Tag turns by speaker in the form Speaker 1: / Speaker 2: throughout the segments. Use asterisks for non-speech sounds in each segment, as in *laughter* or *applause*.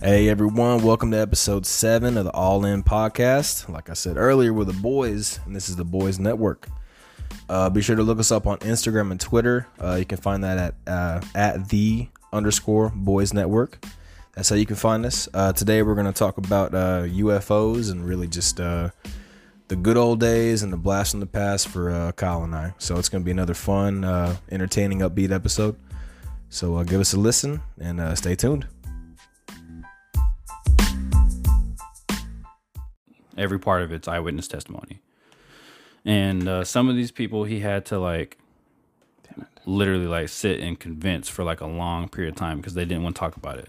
Speaker 1: Hey everyone, welcome to episode seven of the All In Podcast. Like I said earlier, we're the boys, and this is the Boys Network. Uh, be sure to look us up on Instagram and Twitter. Uh, you can find that at uh, at the underscore Boys Network. That's how you can find us. Uh, today we're going to talk about uh, UFOs and really just uh, the good old days and the blast from the past for uh, Kyle and I. So it's going to be another fun, uh, entertaining, upbeat episode. So uh, give us a listen and uh, stay tuned.
Speaker 2: every part of it's eyewitness testimony. And uh, some of these people he had to like literally like sit and convince for like a long period of time because they didn't want to talk about it.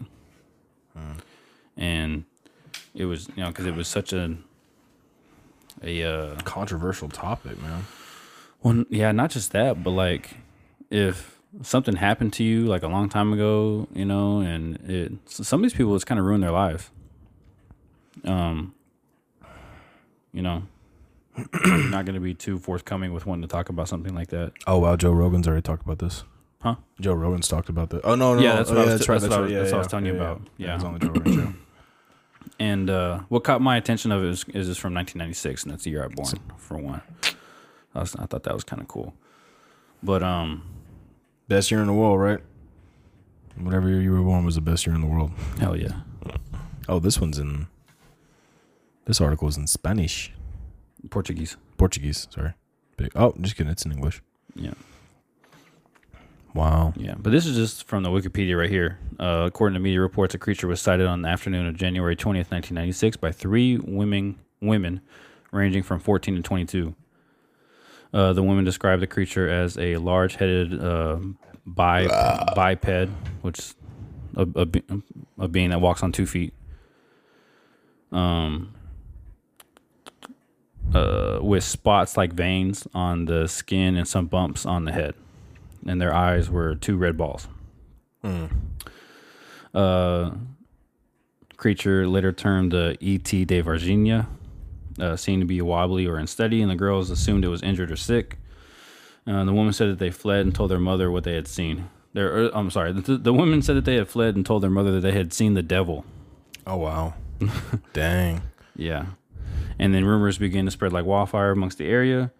Speaker 2: And it was, you know, because it was such a, a, uh,
Speaker 1: Controversial topic, man.
Speaker 2: well, yeah, not just that, but like if something happened to you like a long time ago, you know, and it, s- some of these people, it's kind of ruined their life. Um, you know, *clears throat* you're not going to be too forthcoming with wanting to talk about something like that.
Speaker 1: Oh wow, Joe Rogan's already talked about this.
Speaker 2: Huh?
Speaker 1: Joe Rogan's talked about this. Oh no, no,
Speaker 2: Yeah,
Speaker 1: no.
Speaker 2: that's
Speaker 1: Oh,
Speaker 2: what I was- that's what I-
Speaker 1: right,
Speaker 2: that's what I was telling you about.
Speaker 1: Yeah,
Speaker 2: Yeah.
Speaker 1: it was on the Joe Rogan show.
Speaker 2: *clears throat* And uh, what caught my attention of it is, is it's from 1996, and that's the year I born, for one. I, was, I thought that was kind of cool. But, um,
Speaker 1: Best year in the world, right? Whatever year you were born was the best year in the world.
Speaker 2: hell yeah.
Speaker 1: Oh, this one's in. This article is in Spanish,
Speaker 2: Portuguese.
Speaker 1: Portuguese. Sorry. Big- Oh, just kidding. It's in English.
Speaker 2: Yeah.
Speaker 1: Wow.
Speaker 2: Yeah, but this is just from the Wikipedia right here. Uh, according to media reports, a creature was sighted on the afternoon of January 20th, 1996, by three women, women ranging from 14 to 22. Uh, the women described the creature as a large headed uh, bi- biped, which is a, a, be- a being that walks on two feet. Um, uh, with spots like veins on the skin and some bumps on the head and their eyes were two red balls. Uh, creature later termed uh, E.T. de Virginia uh, seemed to be wobbly or unsteady, and the girls assumed it was injured or sick. Uh, the woman said that they fled and told their mother what they had seen. Their, er, I'm sorry, the, the women said that they had fled and told their mother that they had seen the devil.
Speaker 1: Oh wow. *laughs* Dang.
Speaker 2: Yeah. And then rumors began to spread like wildfire amongst the area,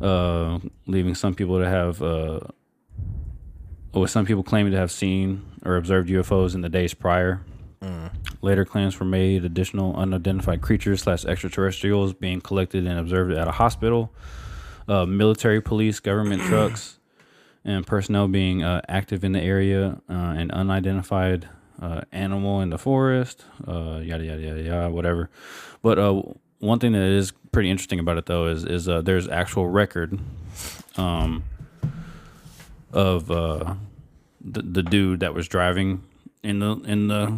Speaker 2: uh, leaving some people to have, uh, with some people claiming to have seen or observed UFOs in the days prior. Later claims were made additional unidentified creatures slash extraterrestrials being collected and observed at a hospital, uh, military police, government trucks, and personnel being uh, active in the area, uh, an unidentified uh, animal in the forest, uh, yada yada yada yada, whatever. But uh, one thing that is pretty interesting about it though is is uh, there's actual record, um, of uh, the the dude that was driving in the in the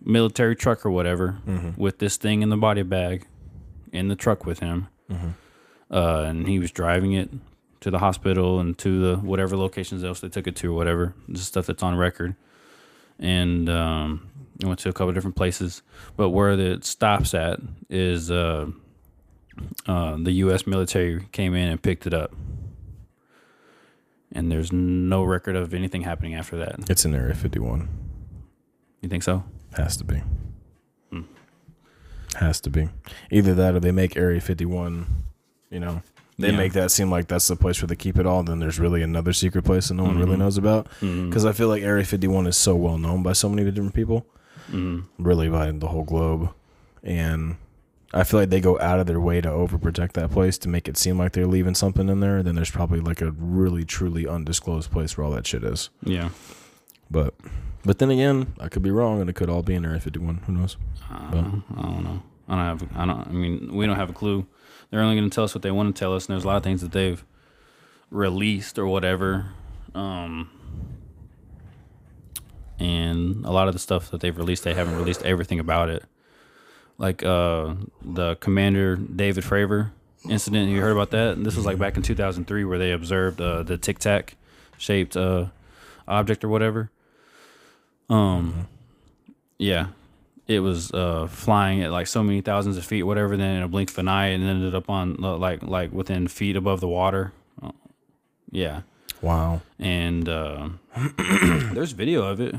Speaker 2: military truck or whatever with this thing in the body bag in the truck with him, uh, and he was driving it to the hospital and to the whatever locations else they took it to or whatever, just stuff that's on record and um, I went to a couple different places. But where it stops at is uh, uh, the U.S. military came in and picked it up, and there's no record of anything happening after that.
Speaker 1: It's in Area 51.
Speaker 2: You think so?
Speaker 1: Has to be. Has to be. Either that or they make Area 51, you know, they
Speaker 2: Yeah.
Speaker 1: make that seem like that's the place where they keep it all. Then there's really another secret place that no one really knows about.
Speaker 2: Mm-hmm.
Speaker 1: Because I feel like Area 51 is so well known by so many different people,
Speaker 2: Mm-hmm.
Speaker 1: really by the whole globe. And I feel like they go out of their way to overprotect that place to make it seem like they're leaving something in there. Then there's probably like a really, truly undisclosed place where all that shit is.
Speaker 2: Yeah.
Speaker 1: But but then again, I could be wrong, and it could all be in Area 51. Who knows?
Speaker 2: I don't know. I don't know. I don't have. I don't. I mean, we don't have a clue. They're only going to tell us what they want to tell us, and there's a lot of things that they've released or whatever. Um, and a lot of the stuff that they've released, they haven't released everything about it. Like uh, the Commander David Fravor incident. You heard about that? This was like back in 2003, where they observed uh, the Tic Tac shaped uh, object or whatever. Um, Yeah. It was uh, flying at like so many thousands of feet, whatever. Then in a blink of an eye, and ended up on uh, like like within feet above the water. Oh, yeah,
Speaker 1: Wow.
Speaker 2: *clears throat* and uh, there's video of it.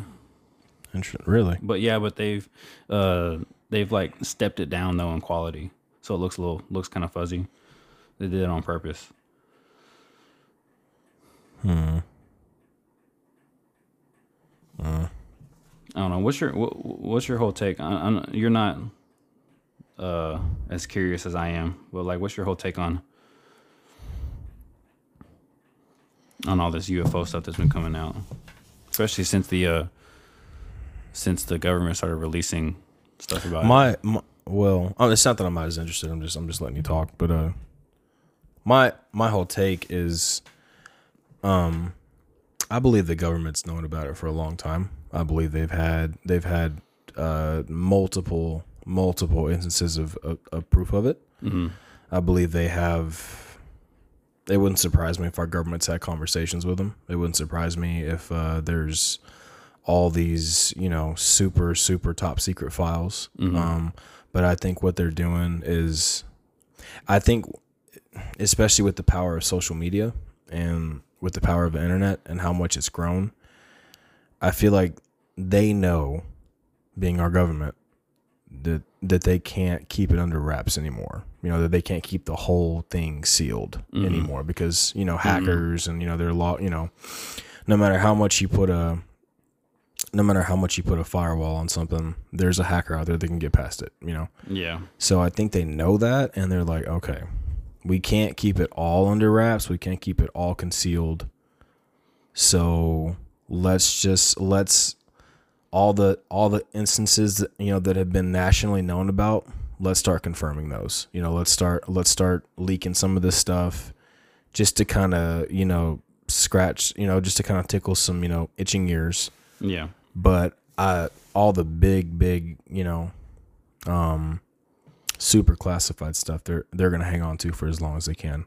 Speaker 1: Inter- really?
Speaker 2: But yeah, but they've uh they've like stepped it down though in quality. So it looks a little looks kind of fuzzy. They did it on purpose. Hmm. I don't know. What's your what, what's your whole take? I, I'm, you're not uh as curious as I am, but like, what's your whole take on on all this UFO stuff that's been coming out, especially since the uh since the government started releasing stuff about it.
Speaker 1: My, my well, oh, it's not that I'm not as interested. I'm just I'm just letting you talk. But uh, my my whole take is, um, I believe the government's known about it for a long time. I believe they've had they've had uh multiple multiple instances of of, of proof of it. I believe they have. It wouldn't surprise me if our government's had conversations with them. It wouldn't surprise me if uh, there's all these you know super super top secret files um but i think what they're doing is i think especially with the power of social media and with the power of the internet and how much it's grown i feel like they know being our government that that they can't keep it under wraps anymore you know that they can't keep the whole thing sealed anymore because you know hackers and you know they're law you know no matter how much you put a no matter how much you put a firewall on something, there's a hacker out there that can get past it, you know?
Speaker 2: Yeah.
Speaker 1: So I think they know that and they're like, okay, we can't keep it all under wraps. We can't keep it all concealed. So let's just, let's, all the, all the instances that, you know, that have been nationally known about, let's start confirming those. You know, let's start, let's start leaking some of this stuff just to kind of, you know, scratch, you know, just to kind of tickle some, you know, itching ears
Speaker 2: Yeah.
Speaker 1: but I all the big big you know um super classified stuff they're they're gonna hang on to for as long as they can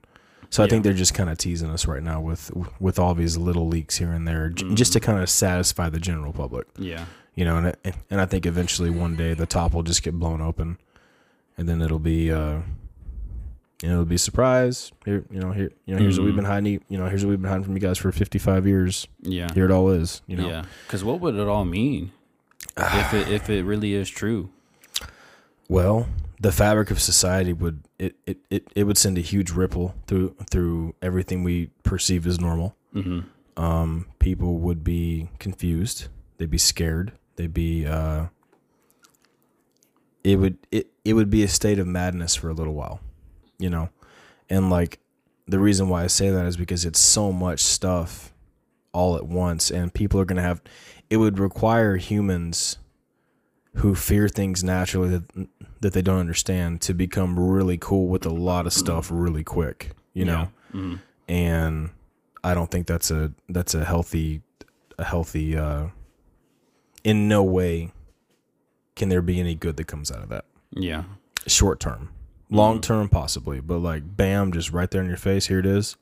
Speaker 1: so I think they're just kind of teasing us right now with with all these little leaks here and there j- just to kind of satisfy the general public
Speaker 2: Yeah.
Speaker 1: you know and I- and I think eventually one day the top will just get blown open and then it'll be uh it'll be surprise here you know here you know here's what we've been hiding you know here's what we've been hiding from you guys for 55 years
Speaker 2: Yeah.
Speaker 1: here it all is you know
Speaker 2: Yeah. Because what would it all mean if it if it really is true?
Speaker 1: Well, the fabric of society would it, it, it, it would send a huge ripple through through everything we perceive as normal.
Speaker 2: Mm-hmm.
Speaker 1: Um, people would be confused. They'd be scared. They'd be uh, it would it, it would be a state of madness for a little while, you know, and like the reason why I say that is because it's so much stuff all at once, and people are gonna have. It would require humans who fear things naturally that that they don't understand to become really cool with a lot of stuff really quick, you know.
Speaker 2: Mm-hmm.
Speaker 1: And I don't think that's a that's a healthy a healthy uh in no way can there be any good that comes out of that.
Speaker 2: Yeah.
Speaker 1: Short term. Long term possibly, but like bam just right there in your face, here it is.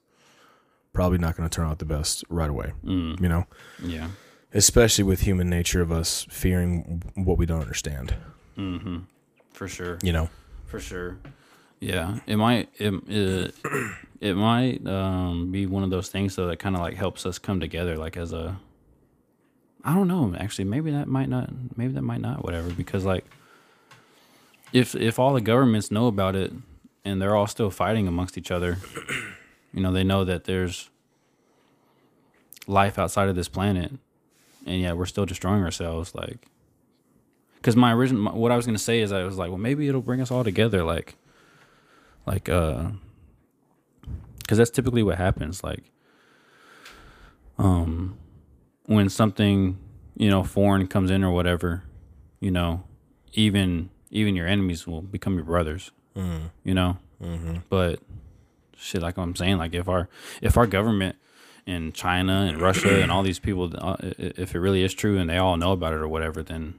Speaker 1: Probably not going to turn out the best right away. You know,
Speaker 2: Yeah.
Speaker 1: especially with human nature of us fearing what we don't understand,
Speaker 2: For sure.
Speaker 1: you know.
Speaker 2: For sure. Yeah. It might it it, it might um, be one of those things though that kind of like helps us come together like as a I don't know, actually maybe that might not maybe that might not whatever because like if if all the governments know about it and they're all still fighting amongst each other, *clears throat* you know, they know that there's life outside of this planet and yeah, we're still destroying ourselves like because my original my, what I was gonna say is I was like, well, maybe it'll bring us all together, like, like uh, because that's typically what happens, like, um, when something you know foreign comes in or whatever, you know, even even your enemies will become your brothers, you know, but shit, like I'm saying, like if our if our government and China and Russia and all these people, uh, i- i- if it really is true and they all know about it or whatever, then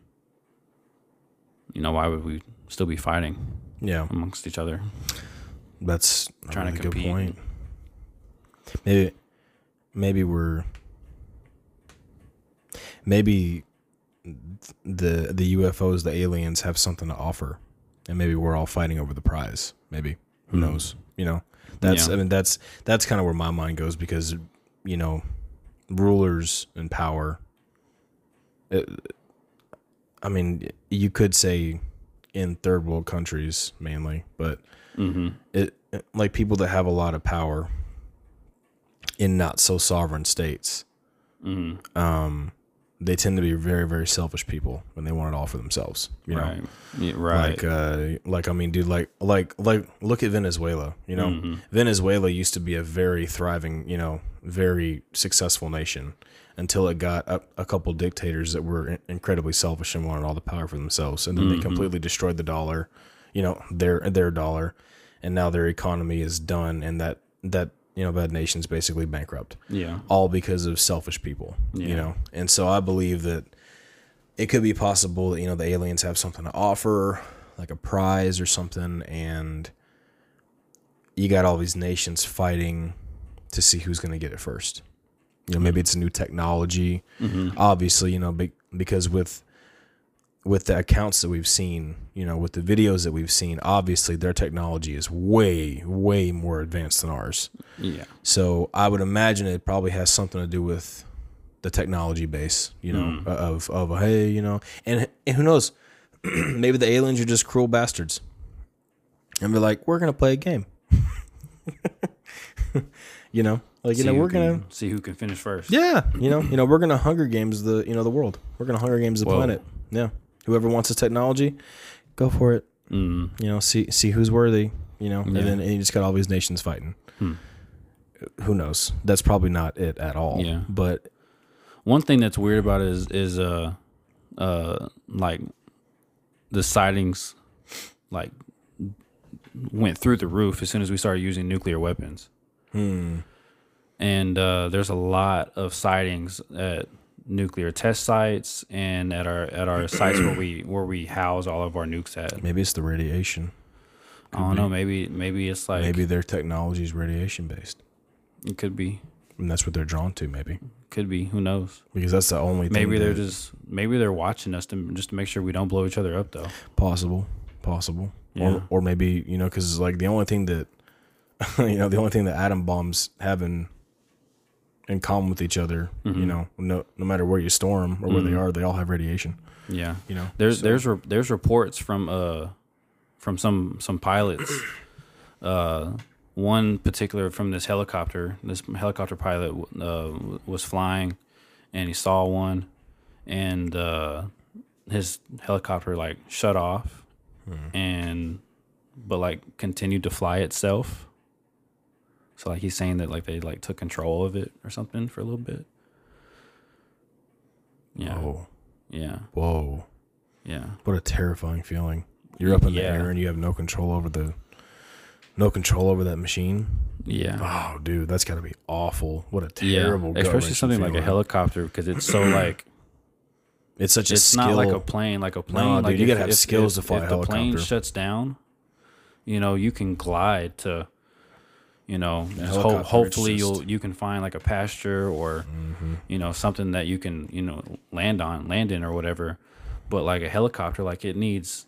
Speaker 2: you know, why would we still be fighting
Speaker 1: Yeah.
Speaker 2: amongst each other?
Speaker 1: That's a
Speaker 2: Trying to
Speaker 1: really good
Speaker 2: compete.
Speaker 1: point. Maybe, maybe we're maybe the the UFOs, the aliens, have something to offer, and maybe we're all fighting over the prize. Maybe who knows? You know, that's
Speaker 2: Hmm. Yeah.
Speaker 1: I mean that's that's kind of where my mind goes because you know, rulers and power. It, uh, I mean, you could say in third world countries mainly, but it like people that have a lot of power in not so sovereign states. Um, they tend to be very very selfish people, and they want it all for themselves. You know,
Speaker 2: Right. Yeah, right.
Speaker 1: like uh like i mean dude like like like look at venezuela you know venezuela used to be a very thriving you know very successful nation until it got a, a couple dictators that were in- incredibly selfish and wanted all the power for themselves and then they completely destroyed the dollar you know their their dollar and now their economy is done and that that you know that nation's basically bankrupt
Speaker 2: yeah.
Speaker 1: all because of selfish people, you know. And so I believe that it could be possible that you know the aliens have something to offer, like a prize or something, and you got all these nations fighting to see who's going to get it first. You know, maybe it's a new technology. Obviously, you know, be, because with with the accounts that we've seen, you know, with the videos that we've seen, obviously their technology is way, way more advanced than ours.
Speaker 2: Yeah.
Speaker 1: So I would imagine it probably has something to do with the technology base, you know, uh, of of hey, you know, and, and who knows, *clears throat* maybe the aliens are just cruel bastards, and they're like, we're gonna play a game, *laughs* you know, like you know,
Speaker 2: See who
Speaker 1: we're gonna,
Speaker 2: can- see who can finish first.
Speaker 1: yeah, you know, you know, we're gonna Hunger Games the you know the world, we're gonna Hunger Games the planet, yeah. Whoever wants the technology, go for it,
Speaker 2: Mm.
Speaker 1: you know, see see who's worthy, you know, and then and you just got all these nations fighting.
Speaker 2: Hmm.
Speaker 1: Who knows? That's probably not it at all.
Speaker 2: Yeah.
Speaker 1: But
Speaker 2: One thing that's weird about it is is uh uh like the sightings like went through the roof as soon as we started using nuclear weapons.
Speaker 1: Hmm.
Speaker 2: And uh, there's a lot of sightings at nuclear test sites and at our at our sites where we where we house all of our nukes at.
Speaker 1: maybe it's the radiation.
Speaker 2: I don't know, maybe maybe it's like
Speaker 1: Maybe their technology is radiation based,
Speaker 2: it could be
Speaker 1: and that's what they're drawn to. Maybe
Speaker 2: could be who knows.
Speaker 1: because that's the only thing
Speaker 2: Maybe they're
Speaker 1: that-
Speaker 2: just maybe they're watching us to just to make sure we don't blow each other up though.
Speaker 1: possible, possible,
Speaker 2: Yeah.
Speaker 1: or or maybe you know because like the only thing that *laughs* you know the only thing that atom bombs have in in common with each other,
Speaker 2: Mm-hmm.
Speaker 1: you know, no no matter where you store them or where they are, they all have radiation.
Speaker 2: Yeah.
Speaker 1: You know,
Speaker 2: There's there's re- there's reports from uh from some some pilots. *clears throat* Uh, one particular from this helicopter. This helicopter pilot uh, was flying, and he saw one, and uh, his helicopter like shut off, and but like continued to fly itself. So like he's saying that like they like took control of it or something for a little bit. Yeah.
Speaker 1: Oh,
Speaker 2: Yeah.
Speaker 1: whoa.
Speaker 2: Yeah.
Speaker 1: What a terrifying feeling. You're up in the
Speaker 2: Yeah.
Speaker 1: air and you have no control over the no control over that machine.
Speaker 2: Yeah.
Speaker 1: Oh, dude, that's got to be awful. What a
Speaker 2: Yeah.
Speaker 1: terrible
Speaker 2: Especially something like a
Speaker 1: helicopter.
Speaker 2: helicopter because
Speaker 1: *clears throat*
Speaker 2: it's so like
Speaker 1: It's such a
Speaker 2: it's
Speaker 1: skill.
Speaker 2: not like a plane, like a plane. like
Speaker 1: dude, you
Speaker 2: if-
Speaker 1: gotta have
Speaker 2: if-
Speaker 1: skills
Speaker 2: if-
Speaker 1: to fly
Speaker 2: if
Speaker 1: a
Speaker 2: The plane
Speaker 1: helicopter.
Speaker 2: shuts down, you know, you can glide to you know, just ho-
Speaker 1: helicopter, it's
Speaker 2: hopefully
Speaker 1: just- Mm-hmm.
Speaker 2: you'll you can find like a pasture or you know, something that you can, you know, land on, land in or whatever. But like a helicopter, like it needs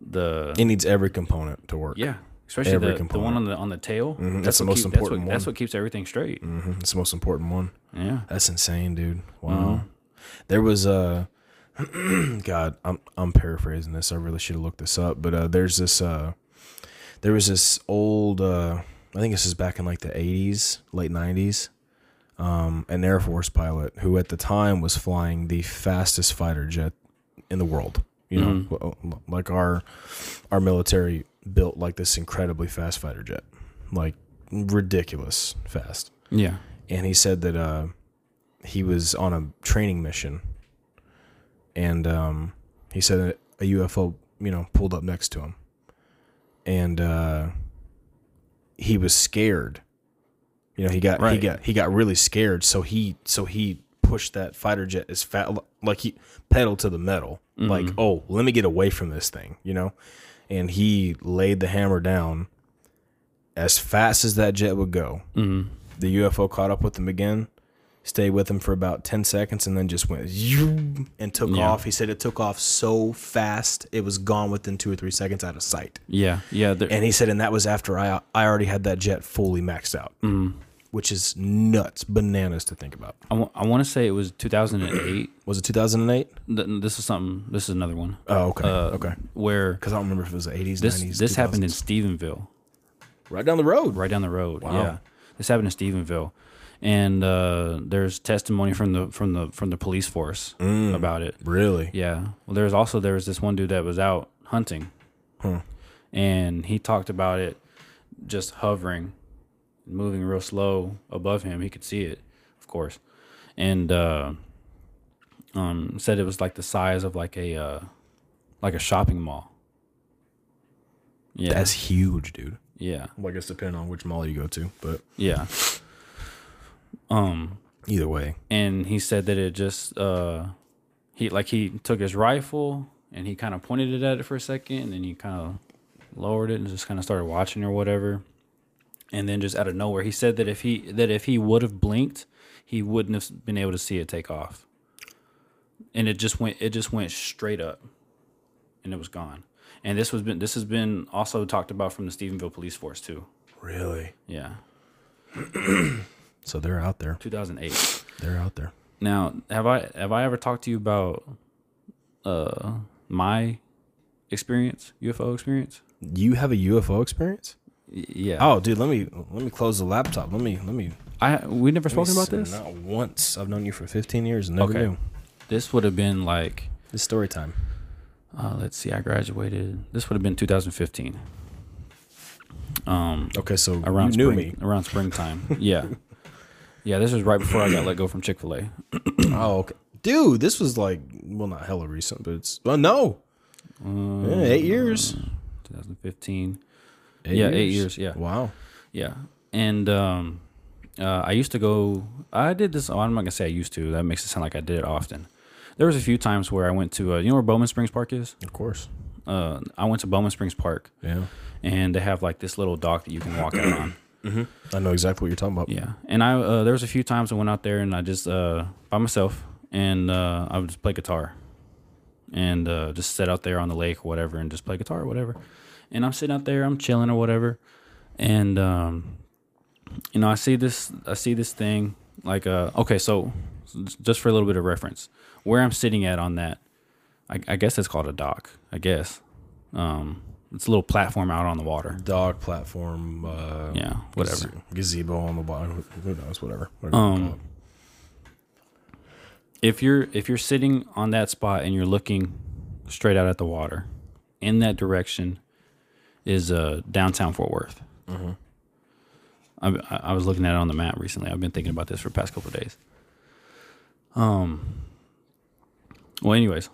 Speaker 2: the
Speaker 1: it needs every component to work.
Speaker 2: yeah, especially
Speaker 1: every
Speaker 2: the, the one
Speaker 1: component. Mm-hmm.
Speaker 2: on the on the tail.
Speaker 1: That's the
Speaker 2: what
Speaker 1: most
Speaker 2: keep-
Speaker 1: important
Speaker 2: that's what, That's what keeps everything straight.
Speaker 1: Mhm, It's the most important one.
Speaker 2: Yeah.
Speaker 1: That's insane, dude. Wow. There was a *clears throat* God, I'm I'm paraphrasing this. I really should have looked this up, but uh, there's this uh, there was this old uh, I think this is back in like the 80s, late 90s. Um, an Air Force pilot who at the time was flying the fastest fighter jet in the world. You know, Well, like our our military built like this incredibly fast fighter jet, like ridiculous fast
Speaker 2: Yeah.
Speaker 1: and he said that uh, he was on a training mission, and um, he said a UFO, you know, pulled up next to him, and uh, he was scared. You know, he got he
Speaker 2: Right.
Speaker 1: got he got really scared, so he so he pushed that fighter jet as fat like he pedal to the metal,
Speaker 2: Mm-hmm.
Speaker 1: like oh, let me get away from this thing, you know, and he laid the hammer down. As fast as that jet would go,
Speaker 2: Mm-hmm.
Speaker 1: the UFO caught up with him again, stayed with him for about 10 seconds, and then just went zoom and took
Speaker 2: Yeah.
Speaker 1: off. He said it took off so fast, it was gone within two or three seconds out of sight.
Speaker 2: Yeah. Yeah. there- Mm-hmm.
Speaker 1: And he said, and that was after I, I already had that jet fully maxed out. which is nuts, bananas to think about.
Speaker 2: I want to say it was 2008.
Speaker 1: Was it 2008?
Speaker 2: Th- This is something. This is another one
Speaker 1: Oh, okay,
Speaker 2: Uh,
Speaker 1: okay.
Speaker 2: where
Speaker 1: Because I don't remember if it was the 80s,
Speaker 2: this
Speaker 1: 90s.
Speaker 2: this happened in
Speaker 1: 2000s.
Speaker 2: Stephenville,
Speaker 1: right down the road.
Speaker 2: right down the road. Yeah, this happened in Stephenville, and uh, there's testimony from the from the from the police force about it.
Speaker 1: Really?
Speaker 2: Yeah. Well, there's also there was this one dude that was out hunting, and he talked about it just hovering, moving real slow above him. He could see it, of course, and uh, um, said it was like the size of like a uh, like a shopping mall. Yeah.
Speaker 1: That's huge, dude.
Speaker 2: yeah.
Speaker 1: Well, I guess depending on which mall you go to, but
Speaker 2: Yeah. Um.
Speaker 1: either way,
Speaker 2: and he said that it just uh he like he took his rifle and he kind of pointed it at it for a second and then he kind of lowered it and just kind of started watching or whatever and then just out of nowhere he said that if he that if he would have blinked he wouldn't have been able to see it take off and it just went it just went straight up and it was gone and this was been this has been also talked about from the Stephenville police force too
Speaker 1: really.
Speaker 2: yeah
Speaker 1: So they're out there.
Speaker 2: 2008
Speaker 1: They're out there.
Speaker 2: Now, have I have I ever talked to you about uh my experience, UFO experience?
Speaker 1: You have a UFO experience?
Speaker 2: Y- yeah.
Speaker 1: Oh, dude, let me let me close the laptop. Let me let me.
Speaker 2: I we never spoken about
Speaker 1: Yes,
Speaker 2: this.
Speaker 1: Not once. I've known you for 15 years. and Never
Speaker 2: Okay.
Speaker 1: knew.
Speaker 2: This would have been like
Speaker 1: It's story time.
Speaker 2: uh let's see, I graduated. This would have been 2015. Um
Speaker 1: Okay, so
Speaker 2: around
Speaker 1: you knew
Speaker 2: spring, around
Speaker 1: *laughs*
Speaker 2: springtime. yeah. Yeah, this was right before I got let go from Chick-fil-A.
Speaker 1: me. *clears throat* oh, okay, dude, this was like well, not hella recent, but it's well, no,
Speaker 2: Uh,
Speaker 1: Yeah, eight years.
Speaker 2: 2015. yeah, 8 years, yeah.
Speaker 1: Wow.
Speaker 2: Yeah, and um, uh, I used to go. I did this. Oh, I'm not gonna say I used to. That makes it sound like I did it often. There was a few times where I went to. Uh, you know where Bowman Springs Park is?
Speaker 1: Of course.
Speaker 2: Uh, I went to Bowman Springs Park,
Speaker 1: Yeah.
Speaker 2: and they have like this little dock that you can walk out on.
Speaker 1: I know exactly what you're talking about.
Speaker 2: Yeah, and I uh, there was a few times I went out there and I just uh, by myself, and uh, I would just play guitar, and uh, just sit out there on the lake or whatever, and just play guitar or whatever. And I'm sitting out there, I'm chilling or whatever, and um, you know I see this I see this thing like uh, okay, so just for a little bit of reference, where I'm sitting at on that, I, I guess it's called a dock. I guess um, it's a little platform out on the water.
Speaker 1: Dog platform. Uh,
Speaker 2: Yeah, whatever. Um,
Speaker 1: gaze- Gazebo on the bottom. Who knows? Whatever. whatever you call it.
Speaker 2: if you're if you're sitting on that spot and you're looking straight out at the water in that direction is uh downtown fort worth I, I was looking at it on the map recently i've been thinking about this for the past couple of days um well anyways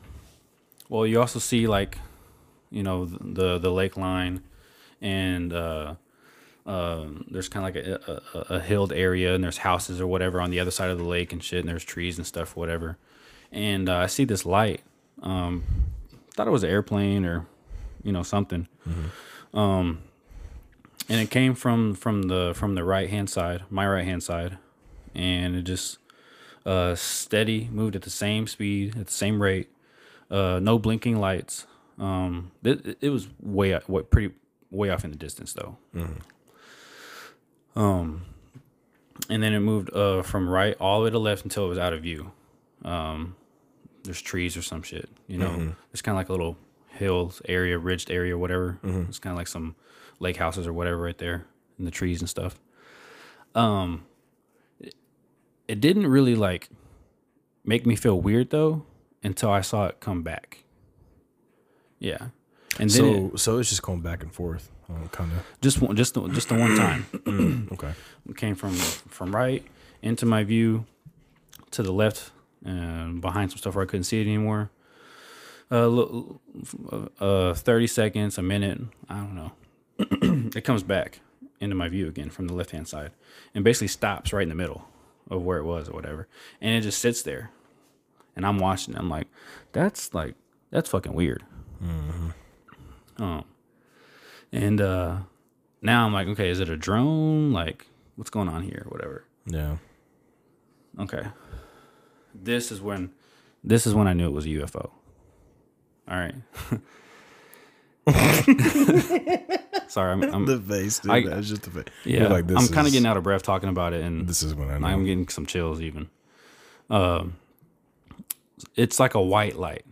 Speaker 2: well you also see like you know th- the the lake line and uh um, there's kind of like a, a, a hilled area and there's houses or whatever on the other side of the lake and shit and there's trees and stuff whatever and uh, i see this light um, thought it was an airplane or you know something um, and it came from from the from the right hand side my right hand side and it just uh, steady moved at the same speed at the same rate uh, no blinking lights um, it, it was way out- way pretty way off in the distance though and then it moved uh from right all the way to left until it was out of view. Um, there's trees or some shit, you know. It's kind of like a little hills area, ridged area, whatever. It's kind of like some lake houses or whatever right there, and the trees and stuff. Um, it- it didn't really like make me feel weird though until I saw it come back. Yeah, and then it-
Speaker 1: So so it's just going back and forth. kind of.
Speaker 2: just one, just the, just the one time.
Speaker 1: Okay.
Speaker 2: came from from right into my view to the left and behind some stuff where I couldn't see it anymore. Uh, lo- uh, thirty seconds, a minute, I don't know. *clears throat* it comes back into my view again from the left hand side, and basically stops right in the middle of where it was or whatever, and it just sits there. And I'm watching. I'm like, that's like that's fucking weird. Um, and uh, now I'm like, okay, is it a drone? Like, what's going on here? Whatever.
Speaker 1: Yeah.
Speaker 2: Okay. This is when this is when I knew it was
Speaker 1: *laughs*
Speaker 2: a UFO. All right. Sorry, I'm,
Speaker 1: *laughs*
Speaker 2: I'm
Speaker 1: the face, dude.
Speaker 2: I-
Speaker 1: That's just the face.
Speaker 2: yeah,
Speaker 1: You're like, this
Speaker 2: I'm kind of
Speaker 1: is-
Speaker 2: getting out of breath talking about it, and
Speaker 1: This is when I know.
Speaker 2: I'm getting some chills even. Um, it's like a white light,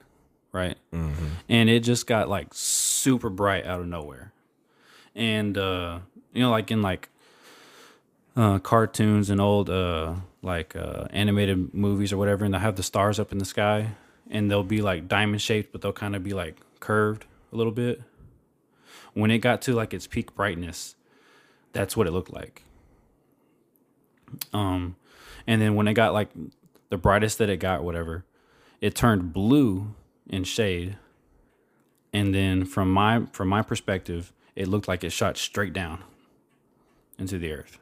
Speaker 2: right? And it just got like super bright out of nowhere, and uh, you know, like in like uh, cartoons and old uh, like uh, animated movies or whatever, and they will have the stars up in the sky, and they'll be like diamond shaped, but they'll kind of be like curved a little bit. When it got to like its peak brightness, that's what it looked like. Um, and then when it got like the brightest that it got, whatever, it turned blue in shade. And then from my from my perspective, it looked like it shot straight down into the earth.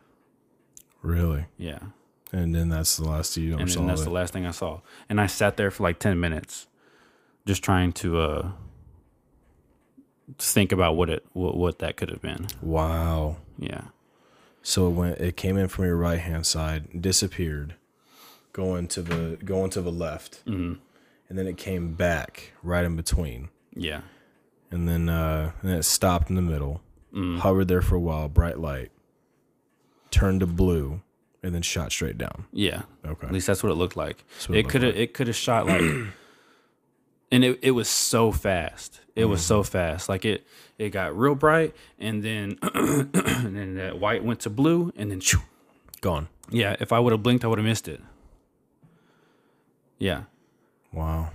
Speaker 1: really.
Speaker 2: Yeah.
Speaker 1: And then that's the last you ever
Speaker 2: And
Speaker 1: saw
Speaker 2: then that's
Speaker 1: of
Speaker 2: the
Speaker 1: it.
Speaker 2: last thing I saw. And I sat there for like ten minutes, just trying to uh think about what it what, what that could have been.
Speaker 1: Wow.
Speaker 2: Yeah.
Speaker 1: So it went. It came in from your right hand side, disappeared, going to the going to the left,
Speaker 2: Mm-hmm.
Speaker 1: and then it came back right in between,
Speaker 2: Yeah.
Speaker 1: and then uh, and then it stopped in the middle,
Speaker 2: Mm.
Speaker 1: hovered there for a while, bright light, turned to blue, and then shot straight down.
Speaker 2: Yeah.
Speaker 1: Okay.
Speaker 2: At least that's what it looked like.
Speaker 1: what it
Speaker 2: It
Speaker 1: looked
Speaker 2: could have it could have shot like *clears throat* and it, it was so fast. It was
Speaker 1: Mm-hmm.
Speaker 2: so fast. Like it it got real bright and then *clears throat* and then that white went to blue and then shoo.
Speaker 1: Gone.
Speaker 2: yeah, if I would have blinked I would have missed it. Yeah.
Speaker 1: Wow.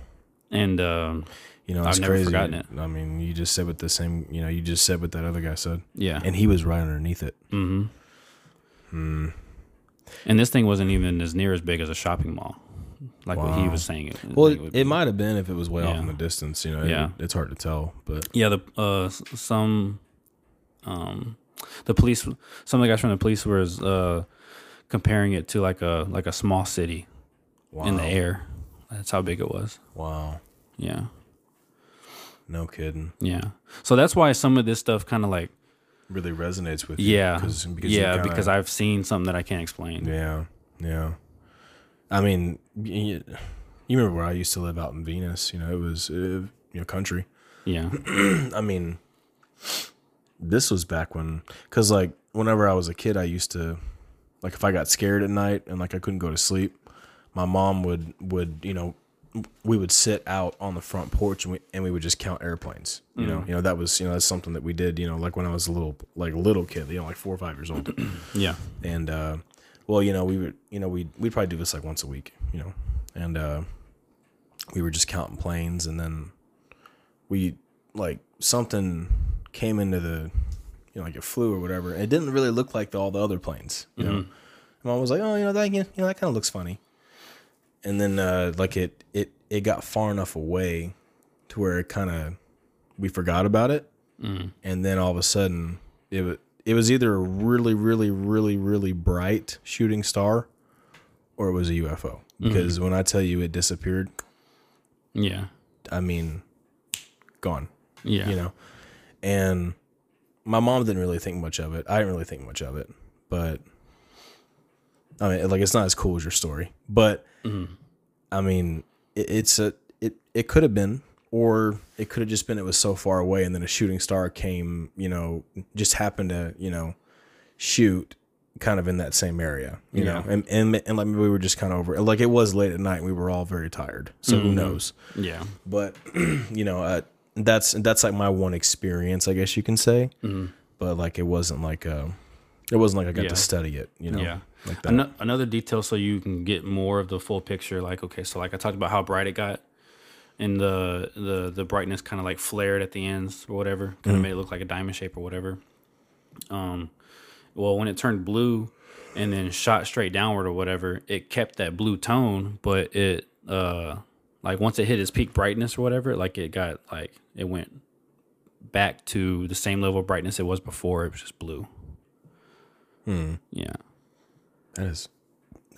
Speaker 2: And um
Speaker 1: You know, it's
Speaker 2: never
Speaker 1: crazy.
Speaker 2: forgotten it.
Speaker 1: I mean, you just said what the same. You know, you just said what that other guy said,
Speaker 2: yeah. And,
Speaker 1: and Hmm. he was right underneath it.
Speaker 2: this thing wasn't even as near as big as a shopping mall. Like what he was saying it.
Speaker 1: Well,
Speaker 2: like,
Speaker 1: it,
Speaker 2: would
Speaker 1: it might have been if it was way off
Speaker 2: Yeah.
Speaker 1: in the distance. You know,
Speaker 2: Yeah.
Speaker 1: it, it's hard to tell, but
Speaker 2: yeah the uh s- some um the police some of the guys from the police was uh comparing it to like a like a small city
Speaker 1: wow,
Speaker 2: in the air that's how big it was
Speaker 1: wow,
Speaker 2: yeah
Speaker 1: no kidding,
Speaker 2: yeah so that's why some of this stuff kind of like
Speaker 1: really resonates with you.
Speaker 2: yeah
Speaker 1: you
Speaker 2: yeah
Speaker 1: kinda-
Speaker 2: because i've seen something that i can't explain
Speaker 1: yeah, yeah. I mean, you, you remember where I used to live out in Venus? You know, it was uh, you know country.
Speaker 2: yeah
Speaker 1: I mean, this was back when, because like whenever I was a kid, I used to, like, if I got scared at night and like I couldn't go to sleep, my mom would would you know, we would sit out on the front porch and we and we would just count airplanes. You know, you know that was you know that's something that we did. You know, like when I was a little like little kid, you know, like four or five years old,
Speaker 2: yeah
Speaker 1: and uh, well, you know, we would you know we we'd probably do this like once a week, you know, and uh, we were just counting planes, and then we like something came into the you know like it flew or whatever and it didn't really look like the, all the other planes you know and i was like oh you know that you know that kind of looks funny and then uh like it it it got far enough away to where it kind of we forgot about it and then all of a sudden it was it was either a really really really really bright shooting star or it was a ufo because when i tell you it disappeared
Speaker 2: yeah
Speaker 1: i mean gone
Speaker 2: yeah
Speaker 1: you know and my mom didn't really think much of it i didn't really think much of it but i mean like it's not as cool as your story but i mean it, it's a it, it could have been or it could have just been it was so far away and then a shooting star came you know just happened to you know shoot kind of in that same area you know and, and and like maybe we were just kind of over like it was late at night and we were all very tired so who knows
Speaker 2: yeah
Speaker 1: but *clears throat* you know uh, that's that's like my one experience i guess you can say but like it wasn't like um it wasn't like i got
Speaker 2: Mm-hmm. Yeah.
Speaker 1: to study it you know
Speaker 2: Yeah.
Speaker 1: like that
Speaker 2: Ano- another detail so you can get more of the full picture. Like, okay, so like I talked about how bright it got and the the the brightness kind of like flared at the ends or whatever. Kind
Speaker 1: Mm.
Speaker 2: of made it look like a diamond shape or whatever. Um well when it turned blue and then shot straight downward or whatever, it kept that blue tone, but it uh like once it hit its peak brightness or whatever, like it got like it went back to the same level of brightness it was before. It was just blue.
Speaker 1: Hmm.
Speaker 2: Yeah.
Speaker 1: that is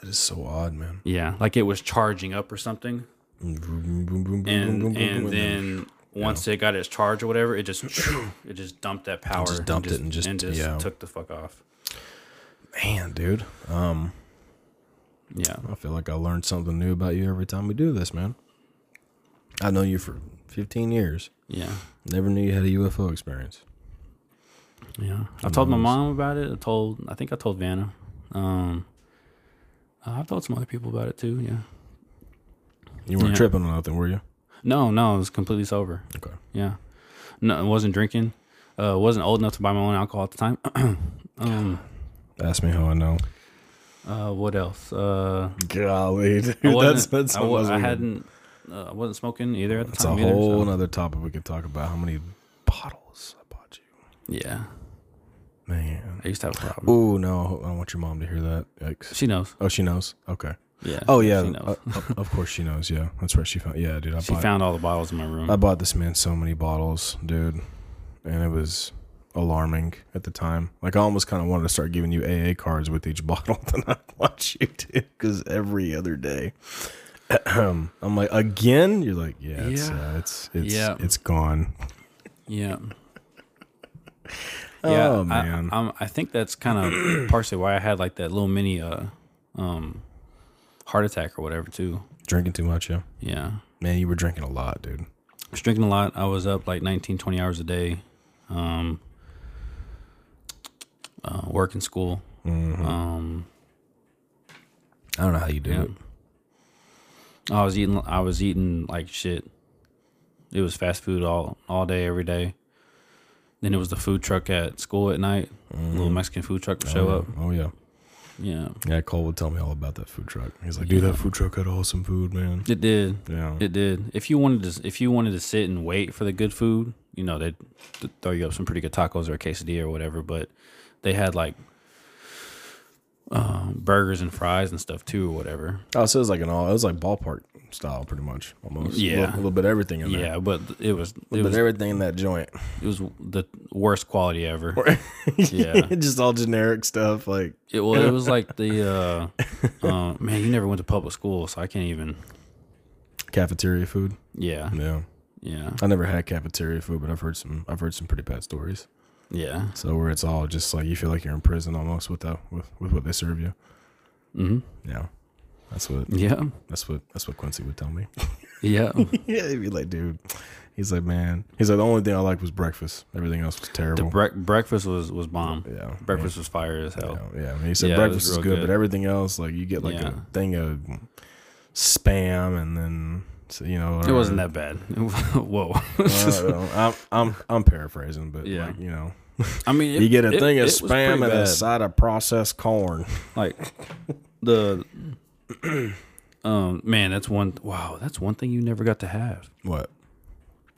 Speaker 1: that is so odd man
Speaker 2: Yeah, like it was charging up or something,
Speaker 1: Boom, boom, boom, boom, boom,
Speaker 2: and
Speaker 1: boom, boom,
Speaker 2: and
Speaker 1: boom,
Speaker 2: then once it got its charge or whatever,
Speaker 1: *clears throat*
Speaker 2: it just it just dumped that power,
Speaker 1: just dumped it and just- yeah.
Speaker 2: took the fuck off.
Speaker 1: man dude um
Speaker 2: Yeah,
Speaker 1: i feel like i learned something new about you every time we do this man i know you for 15 years
Speaker 2: yeah,
Speaker 1: never knew you had a ufo experience
Speaker 2: Yeah, I told my mom about it. I told I think I told Vanna. Um, I've told some other people about it too. Yeah.
Speaker 1: You weren't
Speaker 2: Yeah.
Speaker 1: tripping on nothing, were you?
Speaker 2: No, no, I was completely sober.
Speaker 1: Okay.
Speaker 2: Yeah. No, I wasn't drinking. Uh, wasn't old enough to buy my own alcohol at the time. *clears throat* um,
Speaker 1: Ask me how I know.
Speaker 2: uh, what else? Uh,
Speaker 1: Golly, *laughs* dude,
Speaker 2: I wasn't-
Speaker 1: that's that's
Speaker 2: I,
Speaker 1: almost
Speaker 2: wa- I
Speaker 1: weird.
Speaker 2: hadn't. Uh, I wasn't smoking either at the
Speaker 1: That's a
Speaker 2: time. either,
Speaker 1: whole
Speaker 2: so-
Speaker 1: another topic we could talk about. How many bottles I bought you,
Speaker 2: Yeah,
Speaker 1: man?
Speaker 2: I used to have a problem.
Speaker 1: Ooh, no, I don't want your mom to hear that. Yikes.
Speaker 2: She knows.
Speaker 1: Oh, she knows. Okay.
Speaker 2: Yeah.
Speaker 1: Oh yeah,
Speaker 2: She knows.
Speaker 1: uh, of- of course she knows. Yeah, that's where she found. Yeah, dude, I
Speaker 2: she
Speaker 1: bought
Speaker 2: found all the bottles in my room.
Speaker 1: I bought this man so many bottles, dude, and it was alarming at the time. Like I almost kind of wanted to start giving you AA cards with each *laughs* bottle that I bought you, dude, because every other day. *clears throat* I'm like again. You're like, yeah, it's
Speaker 2: Yeah.
Speaker 1: uh, it's it's
Speaker 2: Yeah.
Speaker 1: it's gone. *laughs*
Speaker 2: yeah.
Speaker 1: oh
Speaker 2: I-
Speaker 1: man,
Speaker 2: I, I'm- I think that's
Speaker 1: *clears throat*
Speaker 2: kind of partially why I had like that little mini uh, um, heart attack or whatever too.
Speaker 1: drinking too much, yeah.
Speaker 2: Yeah.
Speaker 1: Man, you were drinking a lot, dude.
Speaker 2: I was drinking a lot. I was up like 19, 20 hours a day. Um, uh, work and school. Um,
Speaker 1: I don't know how you did
Speaker 2: Yeah.
Speaker 1: it.
Speaker 2: I was eating. I was eating like shit. It was fast food all all day, every day. Then it was the food truck at school at night. Little Mexican food truck to show up.
Speaker 1: Mm-hmm. Oh yeah,
Speaker 2: Yeah,
Speaker 1: yeah. Cole would tell me all about that food truck. He's like, dude, that food truck had awesome food, man.
Speaker 2: it did.
Speaker 1: Yeah,
Speaker 2: It did. If you wanted to, if you wanted to sit and wait for the good food, you know they'd th- throw you up some pretty good tacos or a quesadilla or whatever. But they had like um, burgers and fries and stuff too, or whatever.
Speaker 1: Oh, so it was like an all. It was like ballpark style, pretty much, almost. a
Speaker 2: Yeah.
Speaker 1: little, a little bit of everything in there.
Speaker 2: Yeah, but th- it was
Speaker 1: a
Speaker 2: it
Speaker 1: little bit
Speaker 2: was
Speaker 1: of everything in that joint. *laughs*
Speaker 2: it was the worst quality ever.
Speaker 1: *laughs*
Speaker 2: Yeah,
Speaker 1: just all generic stuff. Like
Speaker 2: it well, it
Speaker 1: *laughs*
Speaker 2: was like the uh, uh, man. You never went to public school, so I can't even.
Speaker 1: cafeteria food.
Speaker 2: Yeah,
Speaker 1: Yeah,
Speaker 2: yeah,
Speaker 1: I never had cafeteria food, but I've heard some. I've heard some pretty bad stories.
Speaker 2: yeah.
Speaker 1: So where it's all just like you feel like you're in prison almost with that with, with what they serve you.
Speaker 2: Mm-hmm.
Speaker 1: Yeah, that's what
Speaker 2: Yeah,
Speaker 1: that's what that's what Quincy would tell me.
Speaker 2: yeah.
Speaker 1: *laughs* yeah, he'd be like, dude. He's like, man. He's like, the only thing I liked was breakfast. Everything else was
Speaker 2: The
Speaker 1: terrible.
Speaker 2: brec breakfast was was bomb.
Speaker 1: yeah,
Speaker 2: Breakfast was fire as hell.
Speaker 1: Yeah, yeah. I mean, he said
Speaker 2: Yeah, it
Speaker 1: breakfast is
Speaker 2: was real
Speaker 1: good,
Speaker 2: good.
Speaker 1: but everything else, like you get like
Speaker 2: Yeah.
Speaker 1: a thing of spam, and then so, you know,
Speaker 2: It wasn't that bad. *laughs* Whoa.
Speaker 1: I'm I'm I'm paraphrasing, but
Speaker 2: Yeah.
Speaker 1: like you know,
Speaker 2: *laughs* I mean, it-
Speaker 1: you get a
Speaker 2: it-
Speaker 1: thing of
Speaker 2: it was pretty
Speaker 1: spam and a
Speaker 2: bad.
Speaker 1: side of processed corn.
Speaker 2: like the *clears throat* um man, that's one wow, that's one thing you never got to have.
Speaker 1: What?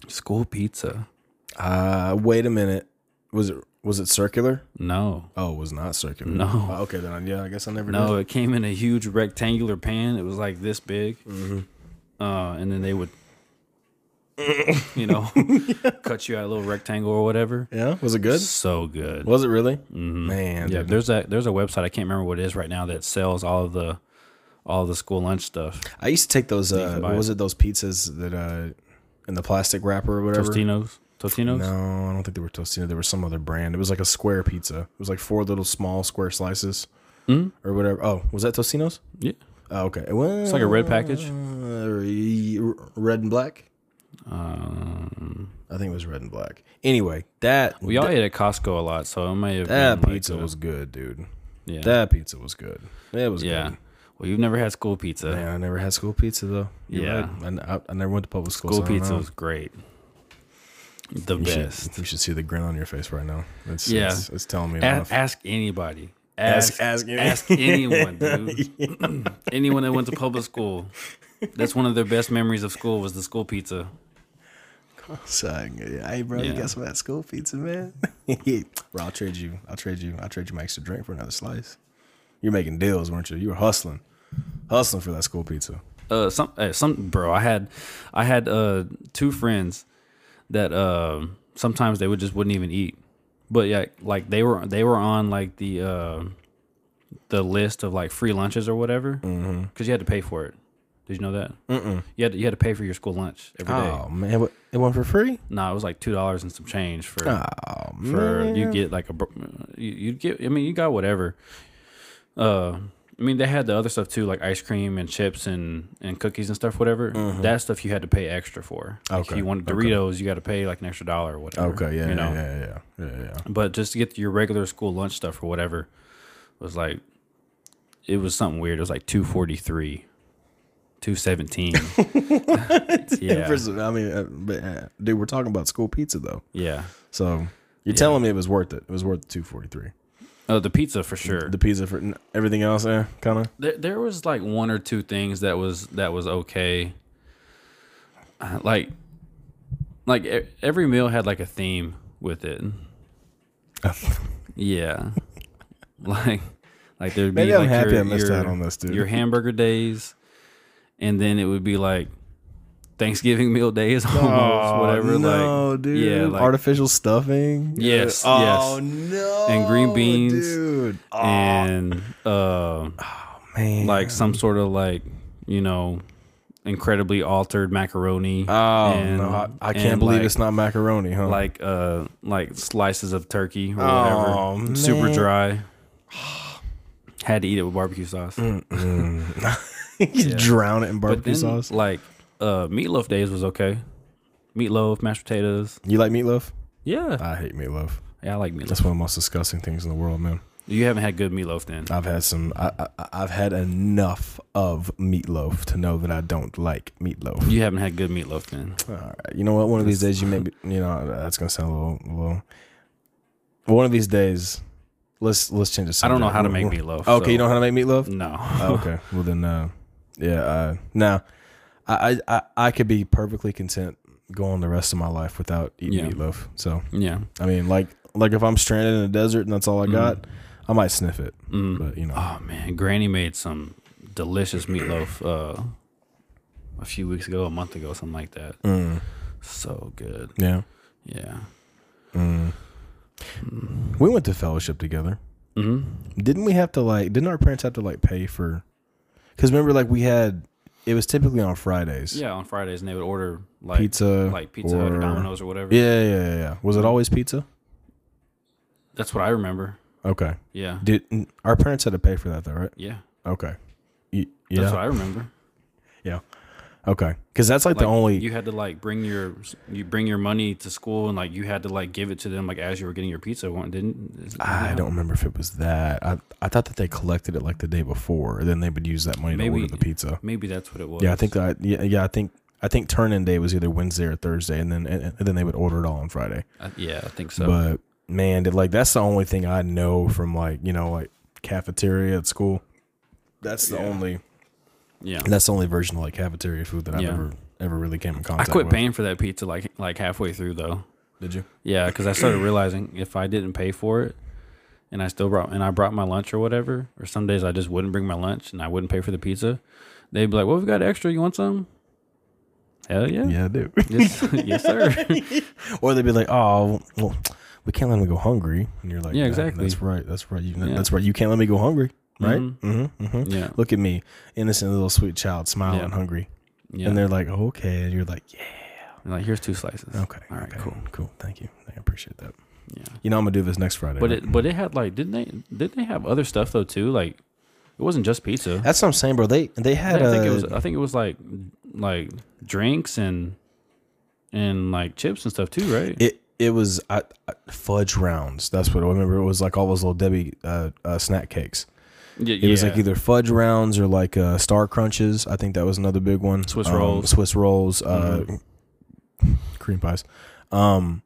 Speaker 2: School pizza.
Speaker 1: Uh, wait a minute. Was it was it circular?
Speaker 2: No.
Speaker 1: Oh, it was not circular.
Speaker 2: No.
Speaker 1: Oh, okay, then I, yeah, I guess I never
Speaker 2: No, it came in a huge rectangular pan. It was like this big.
Speaker 1: Mm-hmm.
Speaker 2: Uh and then they
Speaker 1: *laughs*
Speaker 2: would you know, cut you out a little rectangle or whatever.
Speaker 1: did. Yeah, was it good?
Speaker 2: So good.
Speaker 1: Was it really? Man,
Speaker 2: Mm-hmm. Yeah,
Speaker 1: dude.
Speaker 2: there's a there's a website I can't remember what it is right now that sells all of the all of the school lunch stuff.
Speaker 1: I used to take those. Uh,
Speaker 2: can buy
Speaker 1: what was it? Those pizzas that uh, in the plastic wrapper or whatever.
Speaker 2: Tostinos. Tostinos?
Speaker 1: No, I don't think they were Tostino. They were some other brand. It was like a square pizza. It was like four little small square slices or whatever. Oh, was that Tostino's?
Speaker 2: Mm-hmm. Yeah.
Speaker 1: Oh, okay. Well, it's
Speaker 2: like a red package.
Speaker 1: Red and black. Uh,
Speaker 2: Um,
Speaker 1: I think it was red and black. Anyway, that
Speaker 2: we all ate at Costco a lot, so it may have
Speaker 1: that
Speaker 2: been
Speaker 1: pizza
Speaker 2: like a-
Speaker 1: was good, dude.
Speaker 2: yeah,
Speaker 1: That pizza was good. It was
Speaker 2: yeah.
Speaker 1: good.
Speaker 2: Well, you've never had school pizza.
Speaker 1: Man, I never had school pizza though. You're
Speaker 2: Yeah.
Speaker 1: right. I, I, I never went to public school.
Speaker 2: school
Speaker 1: so I don't
Speaker 2: pizza
Speaker 1: know.
Speaker 2: was great, the
Speaker 1: You should-
Speaker 2: best.
Speaker 1: You should see the grin on your face right now. It's,
Speaker 2: Yeah.
Speaker 1: it's, it's telling me
Speaker 2: A-
Speaker 1: enough.
Speaker 2: ask anybody.
Speaker 1: Ask- ask
Speaker 2: Ask ask,
Speaker 1: any-
Speaker 2: anyone, dude. *clears throat* anyone that went to public school. That's one of their best memories of school was the school pizza.
Speaker 1: Suck. Hey, bro, you
Speaker 2: Yeah.
Speaker 1: got some of that school pizza, man? *laughs* bro, I'll trade you. I'll trade you. I'll trade you my extra drink for another slice. You're making deals, weren't you? You were hustling, hustling for that school pizza.
Speaker 2: uh some uh, some bro i had i had uh two friends that uh sometimes they would just wouldn't even eat but yeah like they were they were on like the uh the list of like free lunches or whatever because you had to pay for it did you know that Mm-mm. you had to, you had to pay for your school lunch every day
Speaker 1: Oh man, what- it went for free.
Speaker 2: no it was like two dollars and some change for
Speaker 1: Oh man,
Speaker 2: for you get like a br- you, you get i mean you got whatever uh I mean, they had the other stuff too, like ice cream and chips and, and cookies and stuff, whatever. That stuff you had to pay extra for.
Speaker 1: Mm-hmm.
Speaker 2: Like,
Speaker 1: Okay,
Speaker 2: If you wanted Doritos, you got to pay like an extra dollar or whatever.
Speaker 1: Okay, yeah,
Speaker 2: You
Speaker 1: yeah,
Speaker 2: know,
Speaker 1: yeah, yeah, yeah, yeah,
Speaker 2: but just to get your regular school lunch stuff or whatever was like, it was something weird. It was like 243,
Speaker 1: *laughs*
Speaker 2: 217.
Speaker 1: yeah. *laughs*
Speaker 2: yeah.
Speaker 1: For some- I mean, uh, but, uh, dude, we're talking about school pizza though,
Speaker 2: Yeah.
Speaker 1: so you're telling me it was worth it. It was worth two forty three.
Speaker 2: Oh, the pizza for sure.
Speaker 1: The pizza for n- everything else, eh, kind *laughs* of.
Speaker 2: there, there was like one or two things that was that was okay Uh, like like e- every meal had like a theme with it
Speaker 1: Oh,
Speaker 2: yeah *laughs* like like there'd be
Speaker 1: Maybe I'm
Speaker 2: like
Speaker 1: happy
Speaker 2: your,
Speaker 1: I missed
Speaker 2: your-
Speaker 1: out on this, dude.
Speaker 2: your hamburger days and then it would be like thanksgiving meal days *laughs* almost whatever
Speaker 1: no,
Speaker 2: like
Speaker 1: dude.
Speaker 2: yeah like
Speaker 1: artificial stuffing.
Speaker 2: Yes,
Speaker 1: Yeah.
Speaker 2: yes.
Speaker 1: Oh no.
Speaker 2: And green beans.
Speaker 1: dude. Oh,
Speaker 2: and uh
Speaker 1: man.
Speaker 2: like some sort of like you know incredibly altered macaroni
Speaker 1: Oh
Speaker 2: and-
Speaker 1: no! I, I
Speaker 2: and,
Speaker 1: can't believe
Speaker 2: like-
Speaker 1: it's not macaroni, huh?
Speaker 2: like uh like slices of turkey or whatever
Speaker 1: Oh. Oh,
Speaker 2: super
Speaker 1: man.
Speaker 2: dry *sighs* had to eat it with barbecue
Speaker 1: *laughs*
Speaker 2: sauce
Speaker 1: Mm. you drown it in
Speaker 2: but
Speaker 1: barbecue
Speaker 2: then
Speaker 1: sauce.
Speaker 2: like uh meatloaf days was okay meatloaf mashed potatoes
Speaker 1: You like meatloaf?
Speaker 2: yeah
Speaker 1: I hate meatloaf.
Speaker 2: yeah i like meatloaf
Speaker 1: That's one of the most disgusting things in the world, man.
Speaker 2: you haven't had good meatloaf then
Speaker 1: I've had some. I, I, I've had enough of meatloaf to know that I don't like meatloaf.
Speaker 2: you haven't had good meatloaf then
Speaker 1: All right. You know what? One of these days, you make. You know that's gonna sound a little. A little one of these days, let's let's change the
Speaker 2: i
Speaker 1: subject.
Speaker 2: don't know how to
Speaker 1: We'll-
Speaker 2: make
Speaker 1: we'll-
Speaker 2: meatloaf
Speaker 1: Okay, you
Speaker 2: so-
Speaker 1: don't know how to make meatloaf.
Speaker 2: *laughs* no
Speaker 1: Oh, okay. Well then, uh, yeah. Uh, now, I, I I I could be perfectly content going the rest of my life without eating
Speaker 2: Yeah.
Speaker 1: meatloaf. So
Speaker 2: *laughs* yeah
Speaker 1: I mean, like like if I'm stranded in the desert and that's all I
Speaker 2: Mhm.
Speaker 1: got, I might sniff it.
Speaker 2: mm.
Speaker 1: But you know,
Speaker 2: Oh man, Granny made some delicious meatloaf uh, a few weeks ago, a month ago, something like that.
Speaker 1: Mm.
Speaker 2: So good.
Speaker 1: yeah.
Speaker 2: Yeah. Mm.
Speaker 1: Mm. We went to fellowship together.
Speaker 2: hmm
Speaker 1: Didn't we have to like? Didn't our parents have to like pay for? Because remember, like we had it was typically on Fridays.
Speaker 2: Yeah, on Fridays, and they would order like pizza,
Speaker 1: Pizza,
Speaker 2: like pizza Hut or
Speaker 1: or-
Speaker 2: Domino's or whatever.
Speaker 1: Yeah, yeah, yeah, yeah. Was it always pizza?
Speaker 2: That's what I remember.
Speaker 1: Okay.
Speaker 2: Yeah.
Speaker 1: Did our parents had to pay for that though, right?
Speaker 2: Yeah.
Speaker 1: Okay. Y-
Speaker 2: That's
Speaker 1: yeah.
Speaker 2: what I remember.
Speaker 1: Okay. Because that's like,
Speaker 2: Like,
Speaker 1: the only.
Speaker 2: you had to like bring your you bring your money to school and like you had to like give it to them like as you were getting your pizza, one didn't? is-
Speaker 1: I don't remember if it was that. I I thought that they collected it like the day before, and then they would use that money
Speaker 2: Maybe-
Speaker 1: to order the pizza.
Speaker 2: Maybe that's what it was.
Speaker 1: Yeah, I think that. Yeah, yeah, I think I think turn in day was either Wednesday or Thursday, and then and, and then they would order it all on Friday.
Speaker 2: I, yeah, I think so.
Speaker 1: But man, did like that's the only thing I know from like you know like cafeteria at school. That's the only
Speaker 2: yeah.
Speaker 1: that's the only version of like cafeteria food that I've
Speaker 2: Yeah.
Speaker 1: ever ever really came in
Speaker 2: I
Speaker 1: contact.
Speaker 2: quit
Speaker 1: with.
Speaker 2: paying for that pizza like like halfway through though.
Speaker 1: Did you?
Speaker 2: Yeah, because I started realizing if I didn't pay for it, and I still brought and I brought my lunch or whatever, or some days I just wouldn't bring my lunch and I wouldn't pay for the pizza. They'd be like, "Well, we've got extra. You want some?" Hell yeah,
Speaker 1: Yeah, I do.
Speaker 2: *laughs*
Speaker 1: *laughs*
Speaker 2: yes, yes, sir.
Speaker 1: Or they'd be like, "Oh, well, we can't let me go hungry," and you're like,
Speaker 2: Yeah,
Speaker 1: "Nah,
Speaker 2: exactly.
Speaker 1: That's right. That's right. You,
Speaker 2: Yeah.
Speaker 1: That's right. You can't let me go hungry, right?
Speaker 2: Mhm.
Speaker 1: Mm-hmm. hmm
Speaker 2: yeah,
Speaker 1: Look at me, innocent little sweet child, smiling,
Speaker 2: Yeah.
Speaker 1: hungry."
Speaker 2: yeah.
Speaker 1: And they're like, "Okay," and you're like, "Yeah,
Speaker 2: And like, here's two slices.
Speaker 1: okay,
Speaker 2: All right,
Speaker 1: okay,
Speaker 2: cool.
Speaker 1: cool. Thank you. I appreciate that."
Speaker 2: Yeah,
Speaker 1: You know, I'm gonna do this next Friday.
Speaker 2: but
Speaker 1: right?
Speaker 2: it but it had like didn't they didn't they have other stuff though too? Like it wasn't just pizza.
Speaker 1: that's what I'm saying, bro. They they
Speaker 2: I
Speaker 1: had a
Speaker 2: think it was uh, I think it was like like drinks and and like chips and stuff too, right?
Speaker 1: it it was I, I- fudge rounds. That's what I remember. It was like all those little Debbie uh, uh, snack cakes.
Speaker 2: yeah,
Speaker 1: It was like
Speaker 2: yeah.
Speaker 1: either fudge rounds or like uh, star crunches. I think that was another big one.
Speaker 2: Swiss
Speaker 1: Um,
Speaker 2: rolls. Mm-hmm.
Speaker 1: Swiss rolls, uh, cream pies. Um,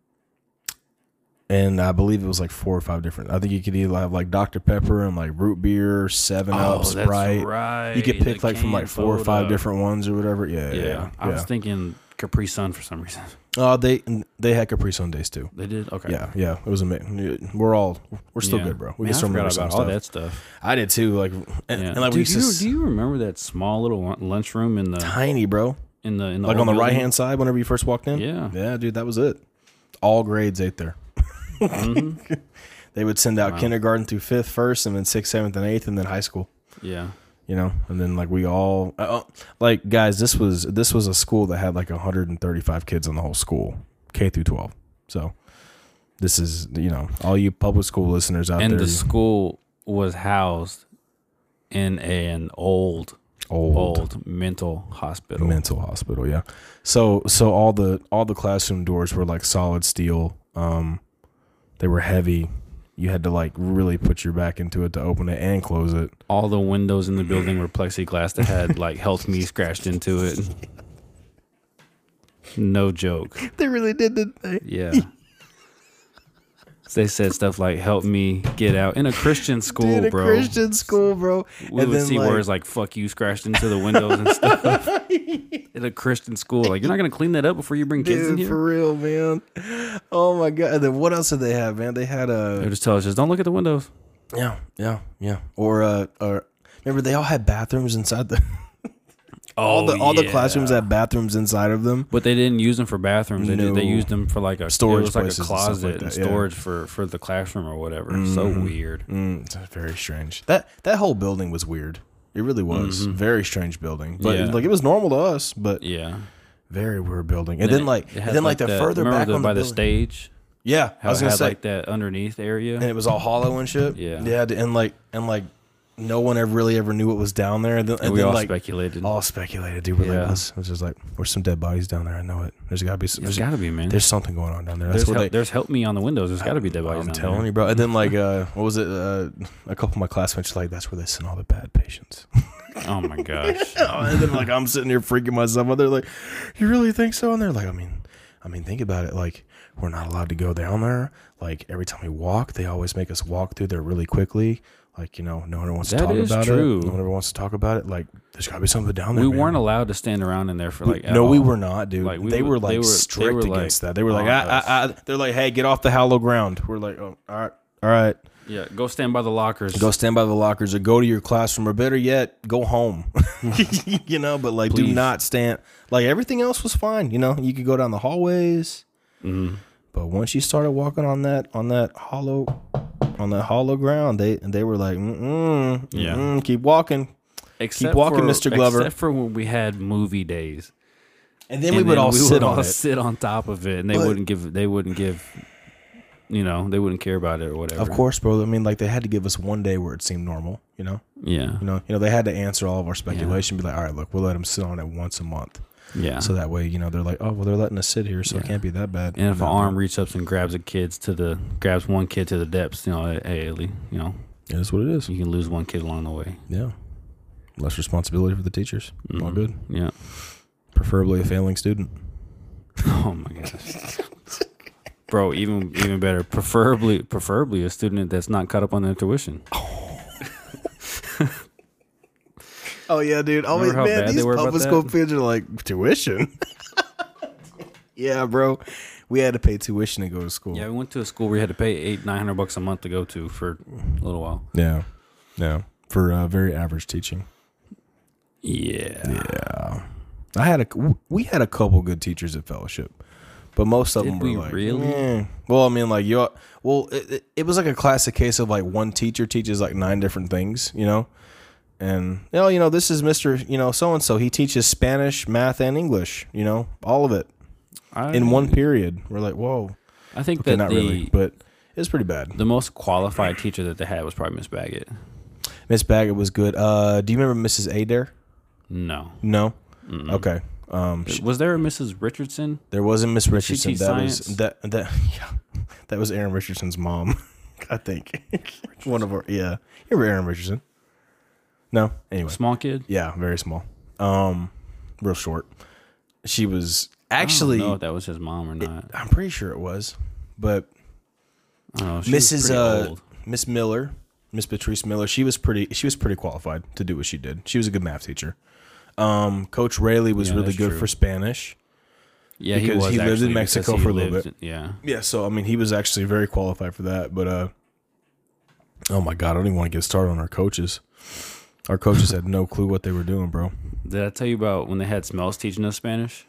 Speaker 1: and I believe it was like four or five different. I think you could either have like Dr Pepper and like root beer, Seven Up,
Speaker 2: Oh, that's
Speaker 1: Sprite.
Speaker 2: right.
Speaker 1: You could
Speaker 2: The
Speaker 1: pick like from like
Speaker 2: canned
Speaker 1: four or five
Speaker 2: soda.
Speaker 1: different ones or whatever. Yeah, yeah.
Speaker 2: Yeah,
Speaker 1: yeah,
Speaker 2: I was thinking Capri Sun for some reason. *laughs*
Speaker 1: Oh, they they had Capri Sun days too.
Speaker 2: They did. Okay.
Speaker 1: Yeah, yeah. It was amazing. We're all we're still
Speaker 2: Yeah.
Speaker 1: good, bro. We
Speaker 2: Man,
Speaker 1: can
Speaker 2: I
Speaker 1: still
Speaker 2: forgot
Speaker 1: remember
Speaker 2: about
Speaker 1: some
Speaker 2: all
Speaker 1: stuff.
Speaker 2: that stuff.
Speaker 1: I did too. Like and,
Speaker 2: Yeah.
Speaker 1: and like we used
Speaker 2: Dude, do,
Speaker 1: to
Speaker 2: you,
Speaker 1: s-
Speaker 2: do you remember that small little lun- lunchroom in the
Speaker 1: tiny, bro.
Speaker 2: in the in the
Speaker 1: like on
Speaker 2: old
Speaker 1: the right
Speaker 2: building?
Speaker 1: hand side whenever you first walked in.
Speaker 2: Yeah.
Speaker 1: yeah, dude, that was it. All grades ate there.
Speaker 2: Mm-hmm.
Speaker 1: *laughs* they would send out kindergarten through fifth, first, and then sixth, seventh, and eighth, and then high school.
Speaker 2: Yeah.
Speaker 1: You know, and then like we all uh, uh, like guys. This was this was a school that had like 135 kids in the whole school, K through 12. So this is you know all you public school listeners out
Speaker 2: And
Speaker 1: there.
Speaker 2: the school was housed in an old,
Speaker 1: Old.
Speaker 2: old mental hospital.
Speaker 1: mental hospital yeah so so all the all the classroom doors were like solid steel um they were heavy you had to like really put your back into it to open it and close it
Speaker 2: All the windows in the building were plexiglass that had like health me scratched into it. *laughs* No joke.
Speaker 1: they really did didn't they *laughs*
Speaker 2: Yeah. they said stuff like "Help me get out" in a Christian school,
Speaker 1: in a
Speaker 2: bro.
Speaker 1: christian school bro
Speaker 2: we would see words like "fuck you" scratched into the windows and stuff.
Speaker 1: *laughs*
Speaker 2: in a Christian school, like you're not gonna clean that up before you bring kids in
Speaker 1: Dude,
Speaker 2: here.
Speaker 1: for real, man. Oh my god. And then what else did they have, man? They had
Speaker 2: They
Speaker 1: a
Speaker 2: would just tell us, just don't look at the windows.
Speaker 1: yeah, yeah, yeah. Or uh, or remember they all had bathrooms inside the *laughs* all
Speaker 2: Oh,
Speaker 1: the all the classrooms had bathrooms inside of them.
Speaker 2: But they didn't use them for bathrooms. They, did, they
Speaker 1: No.
Speaker 2: used them for like a
Speaker 1: Storage
Speaker 2: storage, it was
Speaker 1: places and
Speaker 2: like a
Speaker 1: stuff
Speaker 2: closet
Speaker 1: like
Speaker 2: and,
Speaker 1: that, yeah.
Speaker 2: storage for for the classroom or whatever. So weird.
Speaker 1: Mm, it's very strange. That that whole building was weird. It really was very strange building, but
Speaker 2: Mm-hmm. Yeah.
Speaker 1: like it was normal to us, but
Speaker 2: Yeah.
Speaker 1: very weird building. And, then, like,
Speaker 2: it
Speaker 1: and
Speaker 2: had,
Speaker 1: then like the
Speaker 2: that-
Speaker 1: further
Speaker 2: remember
Speaker 1: back
Speaker 2: the-
Speaker 1: on the
Speaker 2: by the,
Speaker 1: building-
Speaker 2: stage.
Speaker 1: yeah, I
Speaker 2: How
Speaker 1: was
Speaker 2: it
Speaker 1: gonna
Speaker 2: had
Speaker 1: say,
Speaker 2: like that underneath area.
Speaker 1: and it was all hollow and shit.
Speaker 2: Yeah.
Speaker 1: yeah, and like and like no one ever really ever knew what was down there. And then, and
Speaker 2: we
Speaker 1: then,
Speaker 2: all
Speaker 1: like
Speaker 2: speculated.
Speaker 1: all speculated, dude. Really
Speaker 2: Yeah.
Speaker 1: was. It was just like there's some dead bodies down there. I know it. There's gotta be some.
Speaker 2: there's
Speaker 1: There's,
Speaker 2: got to be man.
Speaker 1: there's something going on down there. That's
Speaker 2: There's,
Speaker 1: what
Speaker 2: help,
Speaker 1: they.
Speaker 2: there's help me on the windows. There's got to be dead bodies
Speaker 1: I'm
Speaker 2: down
Speaker 1: telling
Speaker 2: there.
Speaker 1: you, bro. And then like, uh, what was it? Uh, a couple of my classmates were like, "That's where they send all the bad patients." *laughs*
Speaker 2: Oh my gosh.
Speaker 1: Oh, and then like I'm sitting here freaking myself out. They're like, "You really think so?" And they're like, "I mean, I mean, think about it. Like, we're not allowed to go down there. Like every time we walk, they always make us walk through there really quickly. Like, you know, no one wants
Speaker 2: That
Speaker 1: to talk
Speaker 2: is
Speaker 1: about
Speaker 2: true.
Speaker 1: it. No one ever wants to talk about it. Like, there's gotta be something down there.
Speaker 2: we
Speaker 1: man.
Speaker 2: weren't allowed to stand around in there for like. at
Speaker 1: no, we
Speaker 2: all.
Speaker 1: were not, dude.
Speaker 2: Like, we
Speaker 1: they
Speaker 2: were-
Speaker 1: were
Speaker 2: they
Speaker 1: like
Speaker 2: were- they
Speaker 1: strict
Speaker 2: were, like,
Speaker 1: against that. They were like,
Speaker 2: on
Speaker 1: I,
Speaker 2: us.
Speaker 1: I, I, they're like, hey, get off the hollow ground. We're like, oh, all right, all right.
Speaker 2: Yeah, go stand by the lockers.
Speaker 1: Go stand by the lockers or go to your classroom or better yet, go home. *laughs* you know, but like do
Speaker 2: Please.
Speaker 1: not stand like everything else was fine, you know. You could go down the hallways.
Speaker 2: Mm-hmm.
Speaker 1: But once you started walking on that on that hollow on that hollow ground, they and they were like, mm
Speaker 2: Yeah.
Speaker 1: yeah. keep walking.
Speaker 2: except
Speaker 1: walking,
Speaker 2: for,
Speaker 1: Mr. Glover.
Speaker 2: Except for when we had movie days.
Speaker 1: And then
Speaker 2: And
Speaker 1: we would
Speaker 2: then
Speaker 1: all sit on
Speaker 2: all
Speaker 1: it.
Speaker 2: sit on top of it, and they
Speaker 1: But-
Speaker 2: wouldn't give. They wouldn't give. You know, they wouldn't care about it or whatever.
Speaker 1: Of course, bro. I mean, like they had to give us one day where it seemed normal, you know.
Speaker 2: Yeah.
Speaker 1: You know, you know, they had to answer all of our speculation. Be like, all right, look, we'll let them sit on it once a month,
Speaker 2: Yeah.
Speaker 1: so that way, you know, they're like, oh, well, they're letting us sit here, so it can't be that bad.
Speaker 2: and if
Speaker 1: No,
Speaker 2: an arm reaches up and grabs a kid's to the grabs one kid to the depths, you know, hey, Ellie, you know,
Speaker 1: it is what it is.
Speaker 2: you can lose one kid along the way.
Speaker 1: Yeah, less responsibility for the teachers.
Speaker 2: Mm-hmm.
Speaker 1: All good.
Speaker 2: Yeah.
Speaker 1: Preferably a failing student.
Speaker 2: *laughs* Oh my gosh. Bro, even even better. Preferably preferably a student that's not caught up on their tuition.
Speaker 1: Oh yeah, dude. Always,
Speaker 2: Remember how
Speaker 1: man.
Speaker 2: bad
Speaker 1: These
Speaker 2: they were about
Speaker 1: public school
Speaker 2: that?
Speaker 1: kids are like tuition. *laughs* yeah, bro. We had to pay tuition to go to school.
Speaker 2: Yeah, we went to a school where you had to pay eight, nine hundred bucks a month to go to for a little while.
Speaker 1: yeah, yeah. For uh, very average teaching.
Speaker 2: Yeah.
Speaker 1: Yeah, I had a we had a couple good teachers at fellowship, but most of
Speaker 2: Did
Speaker 1: them were
Speaker 2: we
Speaker 1: like
Speaker 2: really?
Speaker 1: "Eh." Well, I mean, like you. all- Well, it, it, it was like a classic case of like one teacher teaches like nine different things, you know, and you know, you know, this is Mister, you know, so and so. He teaches Spanish, math, and English, you know, all of it
Speaker 2: I,
Speaker 1: in one period. We're like, whoa,
Speaker 2: I think
Speaker 1: okay,
Speaker 2: that
Speaker 1: not
Speaker 2: the,
Speaker 1: really, but it's pretty bad.
Speaker 2: the most qualified teacher that they had was probably Miss Baggett.
Speaker 1: Miss Baggett was good. Uh, do you remember Mrs. Adair?
Speaker 2: No.
Speaker 1: No. Okay. Um,
Speaker 2: Was there a Mrs. Richardson?
Speaker 1: There wasn't Miss Richardson.
Speaker 2: teach
Speaker 1: That was
Speaker 2: science?
Speaker 1: that that *laughs* yeah, that was Aaron Richardson's mom, *laughs* I think. One of our yeah, you remember Aaron Richardson? No, anyway,
Speaker 2: Small kid?
Speaker 1: yeah, very small, um, real short. She was actually,
Speaker 2: I don't know if that was his mom or not.
Speaker 1: I'm pretty sure it was, but
Speaker 2: I don't know. She was
Speaker 1: Mrs.
Speaker 2: pretty
Speaker 1: Uh,
Speaker 2: old.
Speaker 1: Miss Miller, Miss Patrice Miller, she was pretty, she was pretty qualified to do what she did. She was a good math teacher. Um, Coach Rayleigh was
Speaker 2: Yeah,
Speaker 1: really
Speaker 2: that's
Speaker 1: good
Speaker 2: true.
Speaker 1: for Spanish.
Speaker 2: Yeah, he
Speaker 1: because
Speaker 2: was.
Speaker 1: he lived in
Speaker 2: actually, because
Speaker 1: Mexico
Speaker 2: he
Speaker 1: for a little
Speaker 2: lived- Yeah.
Speaker 1: Yeah, so I mean, he was actually very qualified for that, but uh, oh my god, I don't even want to get started on our coaches. Our coaches had no clue what they were doing, bro.
Speaker 2: Did I tell you about when they had smells teaching us Spanish?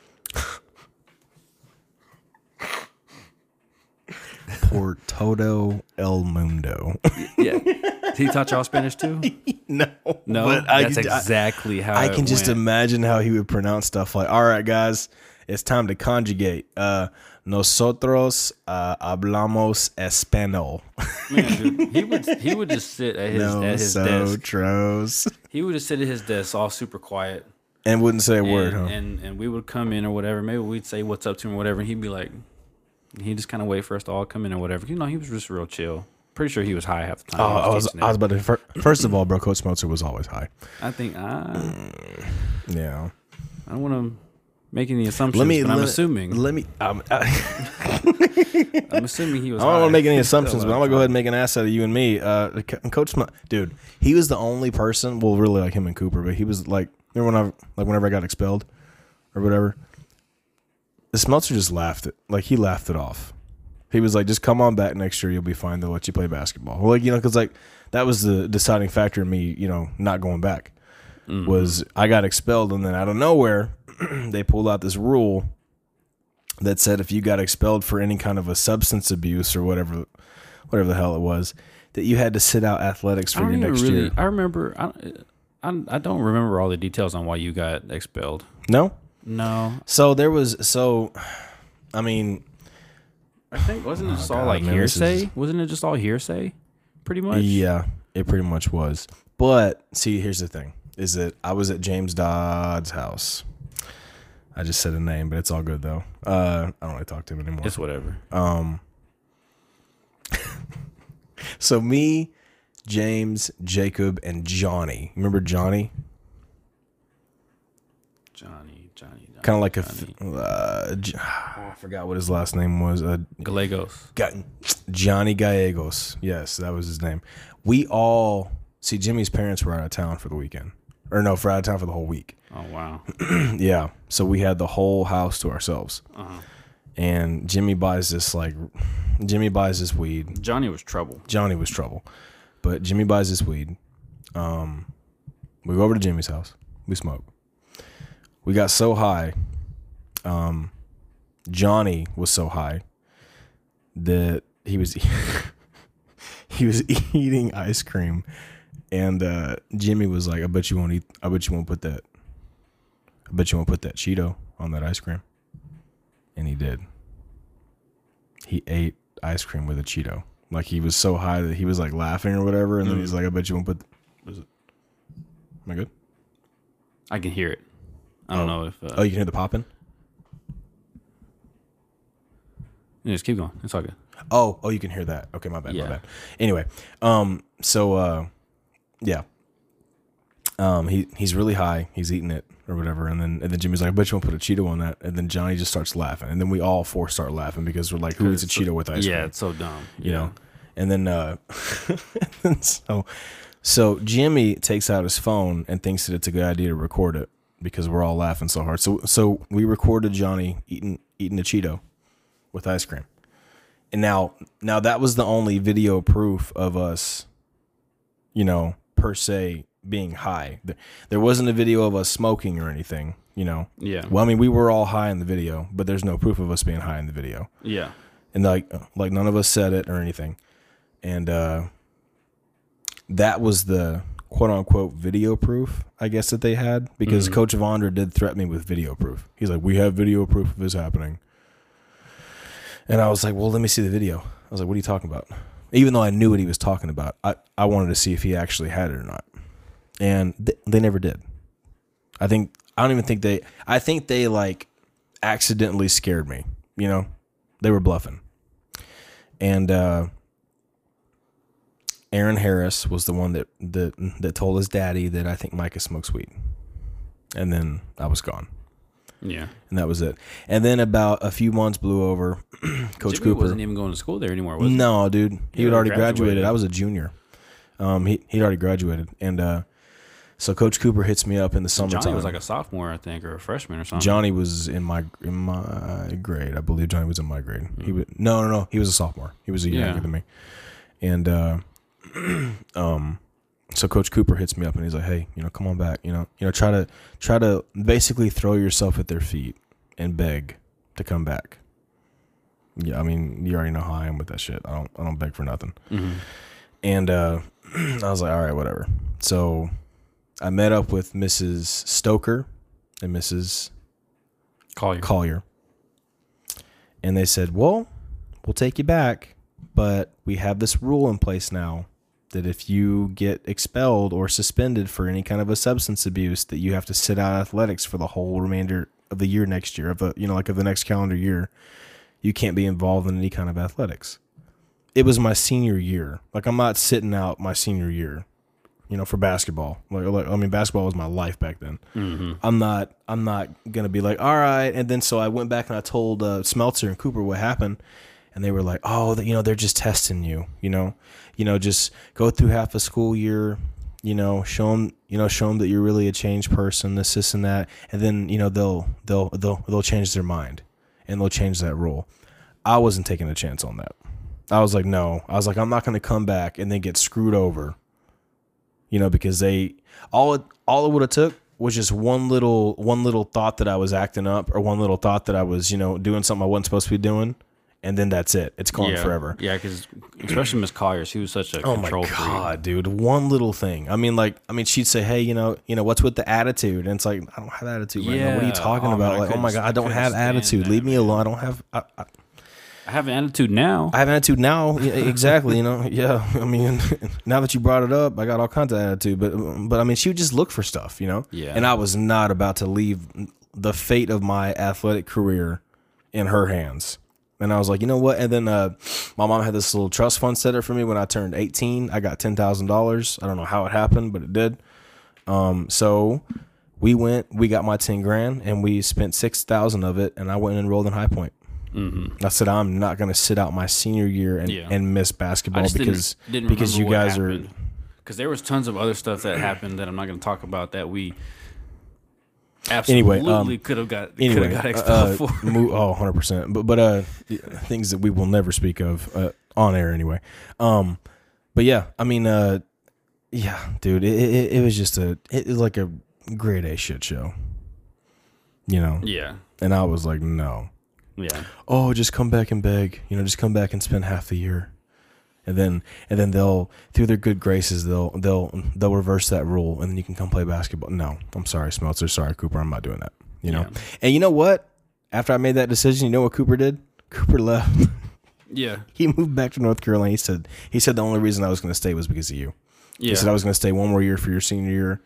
Speaker 1: Poor Toto El Mundo. *laughs*
Speaker 2: Yeah. Did he taught y'all Spanish too?
Speaker 1: no,
Speaker 2: No,
Speaker 1: but I,
Speaker 2: that's
Speaker 1: I-
Speaker 2: exactly how
Speaker 1: I,
Speaker 2: it
Speaker 1: can just
Speaker 2: went.
Speaker 1: imagine how he would pronounce stuff like, "All right, guys, It's time to conjugate. Uh, nosotros uh, hablamos español.
Speaker 2: Man, dude, *laughs* he would he would just sit at his at his desk. *laughs*
Speaker 1: Nosotros.
Speaker 2: He would just sit at his desk, all super quiet,
Speaker 1: And wouldn't say a
Speaker 2: and,
Speaker 1: word, huh?
Speaker 2: and and we would come in or whatever. Maybe we'd say what's up to him or whatever, and he'd be like, he just kind of wait for us to all come in or whatever. You know, he was just real chill. Pretty sure he was high half the time.
Speaker 1: Oh,
Speaker 2: He
Speaker 1: I was,
Speaker 2: teaching
Speaker 1: I was
Speaker 2: it.
Speaker 1: about to. fir- First of all, bro, Coach Smeltzer was always high.
Speaker 2: I think I,
Speaker 1: Yeah.
Speaker 2: I don't want to make any assumptions,
Speaker 1: Let me.
Speaker 2: but I'm
Speaker 1: let,
Speaker 2: assuming
Speaker 1: Let me. I'm, *laughs* I,
Speaker 2: I'm assuming he was.
Speaker 1: I don't
Speaker 2: high.
Speaker 1: want to make *laughs* any assumptions, but I'm
Speaker 2: Still, uh,
Speaker 1: gonna go ahead and make an ass out of you and me. Uh, Co- Coach, Sm- dude, he was the only person. Well, really, like him and Cooper, but he was like, remember when I like whenever I got expelled or whatever. The Smeltzer just laughed it. Like he laughed it off. He was like, "Just come on back next year. You'll be fine. They'll let you play basketball." Well, like you know, because like that was the deciding factor in me, you know, not going back.
Speaker 2: Mm-hmm.
Speaker 1: Was I got expelled, and then out of nowhere, *clears throat* they pulled out this rule that said if you got expelled for any kind of a substance abuse or whatever, whatever the hell it was, that you had to sit out athletics
Speaker 2: I
Speaker 1: for
Speaker 2: don't
Speaker 1: your
Speaker 2: even
Speaker 1: next
Speaker 2: really.
Speaker 1: year.
Speaker 2: I remember. I, I I don't remember all the details on why you got expelled.
Speaker 1: No,
Speaker 2: No,
Speaker 1: so there was so, I mean,
Speaker 2: I think wasn't it just all
Speaker 1: God,
Speaker 2: like
Speaker 1: man, this
Speaker 2: hearsay?
Speaker 1: is-
Speaker 2: Wasn't it just all hearsay? Pretty much.
Speaker 1: yeah, it pretty much was. But see, here's the thing: is that I was at James Dodd's house. I just said a name, but it's all good though. Uh, I don't really talk to him anymore. Um,
Speaker 2: It's whatever.
Speaker 1: *laughs* So me, James, Jacob, and Johnny. Remember Johnny?
Speaker 2: Johnny, Johnny, Johnny.
Speaker 1: Kind of like a. f- Uh, J- *sighs* I forgot what his last name was. Uh,
Speaker 2: Gallegos.
Speaker 1: got Johnny Gallegos. Yes, that was his name. We all see Jimmy's parents were out of town for the weekend, or no, for out of town for the whole week. *clears throat*
Speaker 2: Oh wow.
Speaker 1: yeah, so we had the whole house to ourselves. And Jimmy buys this like, Jimmy buys this weed.
Speaker 2: Johnny was trouble.
Speaker 1: Johnny was trouble, but Jimmy buys this weed. Um, we go over to Jimmy's house. We smoke. We got so high. Um, Johnny was so high that he was e- *laughs* he was eating ice cream, and uh, Jimmy was like, "I bet you won't eat. I bet you won't put that. I bet you won't put that Cheeto on that ice cream." And he did he ate ice cream with a Cheeto. Like he was so high that he was like laughing or whatever, and then he's like, "I bet you won't put." Mm-hmm. What is it? Am I good?
Speaker 2: I can hear it. I don't know if uh,
Speaker 1: Oh, you can hear the popping.
Speaker 2: just keep going. It's all good.
Speaker 1: Oh, oh, you can hear that. Okay, my bad,
Speaker 2: Yeah.
Speaker 1: my bad. Anyway, um, so uh, yeah, um, he he's really high. He's eating it or whatever, and then and then Jimmy's like, "I bet you won't put a Cheeto on that," and then Johnny just starts laughing, and then we all four start laughing because we're like, "Who eats a Cheeto with ice cream?"
Speaker 2: yeah, it's so dumb.
Speaker 1: you know and then uh *laughs* so so jimmy takes out his phone and thinks that it's a good idea to record it because we're all laughing so hard so so we recorded johnny eating eating a cheeto with ice cream and now now that was the only video proof of us you know per se being high there, there wasn't a video of us smoking or anything you know
Speaker 2: Yeah.
Speaker 1: well i mean we were all high in the video but there's no proof of us being high in the video
Speaker 2: Yeah.
Speaker 1: and like like none of us said it or anything and uh that was the quote unquote video proof i guess that they had because coach Vondra did threaten me with video proof he's like we have video proof of this happening and i was like well let me see the video i was like what are you talking about even though i knew what he was talking about i, I wanted to see if he actually had it or not and th- they never did i think i don't even think they i think they like accidentally scared me you know they were bluffing. And uh, Aaron Harris was the one that, that that told his daddy that I think Micah smokes weed. And then I was gone.
Speaker 2: Yeah.
Speaker 1: And that was it. And then about a few months blew over. *clears throat* Coach
Speaker 2: Jimmy
Speaker 1: Cooper.
Speaker 2: wasn't even going to school there anymore, was he?
Speaker 1: No, dude, he
Speaker 2: You
Speaker 1: had already
Speaker 2: already
Speaker 1: graduated.
Speaker 2: graduated.
Speaker 1: I was a junior. Um, he he'd already graduated, and uh, so Coach Cooper hits me up in the summertime.
Speaker 2: Johnny was like a sophomore, I think, or a freshman or something.
Speaker 1: Johnny was in my in my grade. I believe Johnny was in my grade. He was no no no. He was a sophomore. He was a year
Speaker 2: Yeah.
Speaker 1: younger than me. And uh, *clears throat* um, so Coach Cooper hits me up and he's like, "Hey, you know, come on back. You know, you know, try to try to basically throw yourself at their feet and beg to come back." Yeah, I mean, you already know how I am with that shit. I don't I don't beg for nothing. And uh, *clears throat* I was like, "All right, whatever." So I met up with Mrs. Stoker and Mrs.
Speaker 2: Call you.
Speaker 1: Collier. And they said, Well, we'll take you back, but we have this rule in place now that if you get expelled or suspended for any kind of a substance abuse, that you have to sit out athletics for the whole remainder of the year next year, of the you know, like of the next calendar year. You can't be involved in any kind of athletics. It was my senior year. Like I'm not sitting out my senior year, you know, for basketball. Like, like I mean, basketball was my life back then. I'm not I'm not gonna be like all right. And then so I went back and I told uh, Smeltzer and Cooper what happened, and they were like, oh, that you know they're just testing you, you know, you know just go through half a school year, you know, show them you know show them that you're really a changed person, this this and that, and then you know they'll they'll they'll they'll change their mind and they'll change that rule. I wasn't taking a chance on that. I was like, no. I was like, I'm not going to come back and then get screwed over you know because they all it all it would have took was just one little one little thought that i was acting up or one little thought that i was you know doing something i wasn't supposed to be doing and then that's it it's gone
Speaker 2: yeah.
Speaker 1: forever
Speaker 2: Yeah, because especially Miss Collier, she was such a
Speaker 1: oh my
Speaker 2: control freak.
Speaker 1: god dude one little thing i mean like i mean she'd say hey you know you know what's with the attitude and it's like i don't have attitude right now what are
Speaker 2: Yeah.
Speaker 1: you talking
Speaker 2: Oh, man,
Speaker 1: about
Speaker 2: I
Speaker 1: like oh my
Speaker 2: couldn't-
Speaker 1: god i don't
Speaker 2: couldn't
Speaker 1: have
Speaker 2: stand
Speaker 1: attitude
Speaker 2: that,
Speaker 1: leave me alone i don't have I, I,
Speaker 2: I have an attitude now.
Speaker 1: I have an attitude now Yeah, exactly you know *laughs* yeah i mean now that you brought it up i got all kinds of attitude but but i mean she would just look for stuff you know
Speaker 2: Yeah.
Speaker 1: and i was not about to leave the fate of my athletic career in her hands and i was like you know what and then uh, my mom had this little trust fund set up for me when i turned 18 i got $10000 i don't know how it happened but it did um, so we went we got my 10 grand and we spent 6000 of it and i went and enrolled in high point I said I'm not going to sit out my senior year and,
Speaker 2: Yeah.
Speaker 1: and miss basketball
Speaker 2: I just
Speaker 1: because
Speaker 2: didn't, didn't
Speaker 1: because you guys are
Speaker 2: *laughs* because there was tons of other stuff that happened that I'm not going to talk about that we absolutely
Speaker 1: Anyway, um,
Speaker 2: could have got could
Speaker 1: anyway.
Speaker 2: have got
Speaker 1: uh, *laughs*
Speaker 2: expelled for.
Speaker 1: mo- oh, 100 percent. But but uh, things that we will never speak of uh, on air anyway. Um, but yeah, I mean uh, yeah, dude, it, it, it was just a it was like a grade A shit show, you know.
Speaker 2: Yeah,
Speaker 1: And I was like, no,
Speaker 2: yeah.
Speaker 1: oh just come back and beg you know just come back and spend half the year and then and then they'll through their good graces they'll they'll they'll reverse that rule and then you can come play basketball no i'm sorry smeltzer sorry cooper i'm not doing that you know
Speaker 2: Yeah.
Speaker 1: and you know what after i made that decision you know what cooper did cooper left *laughs*
Speaker 2: Yeah,
Speaker 1: he moved back to north carolina he said he said the only reason i was going to stay was because of you
Speaker 2: yeah.
Speaker 1: he said I was going to stay one more year for your senior year,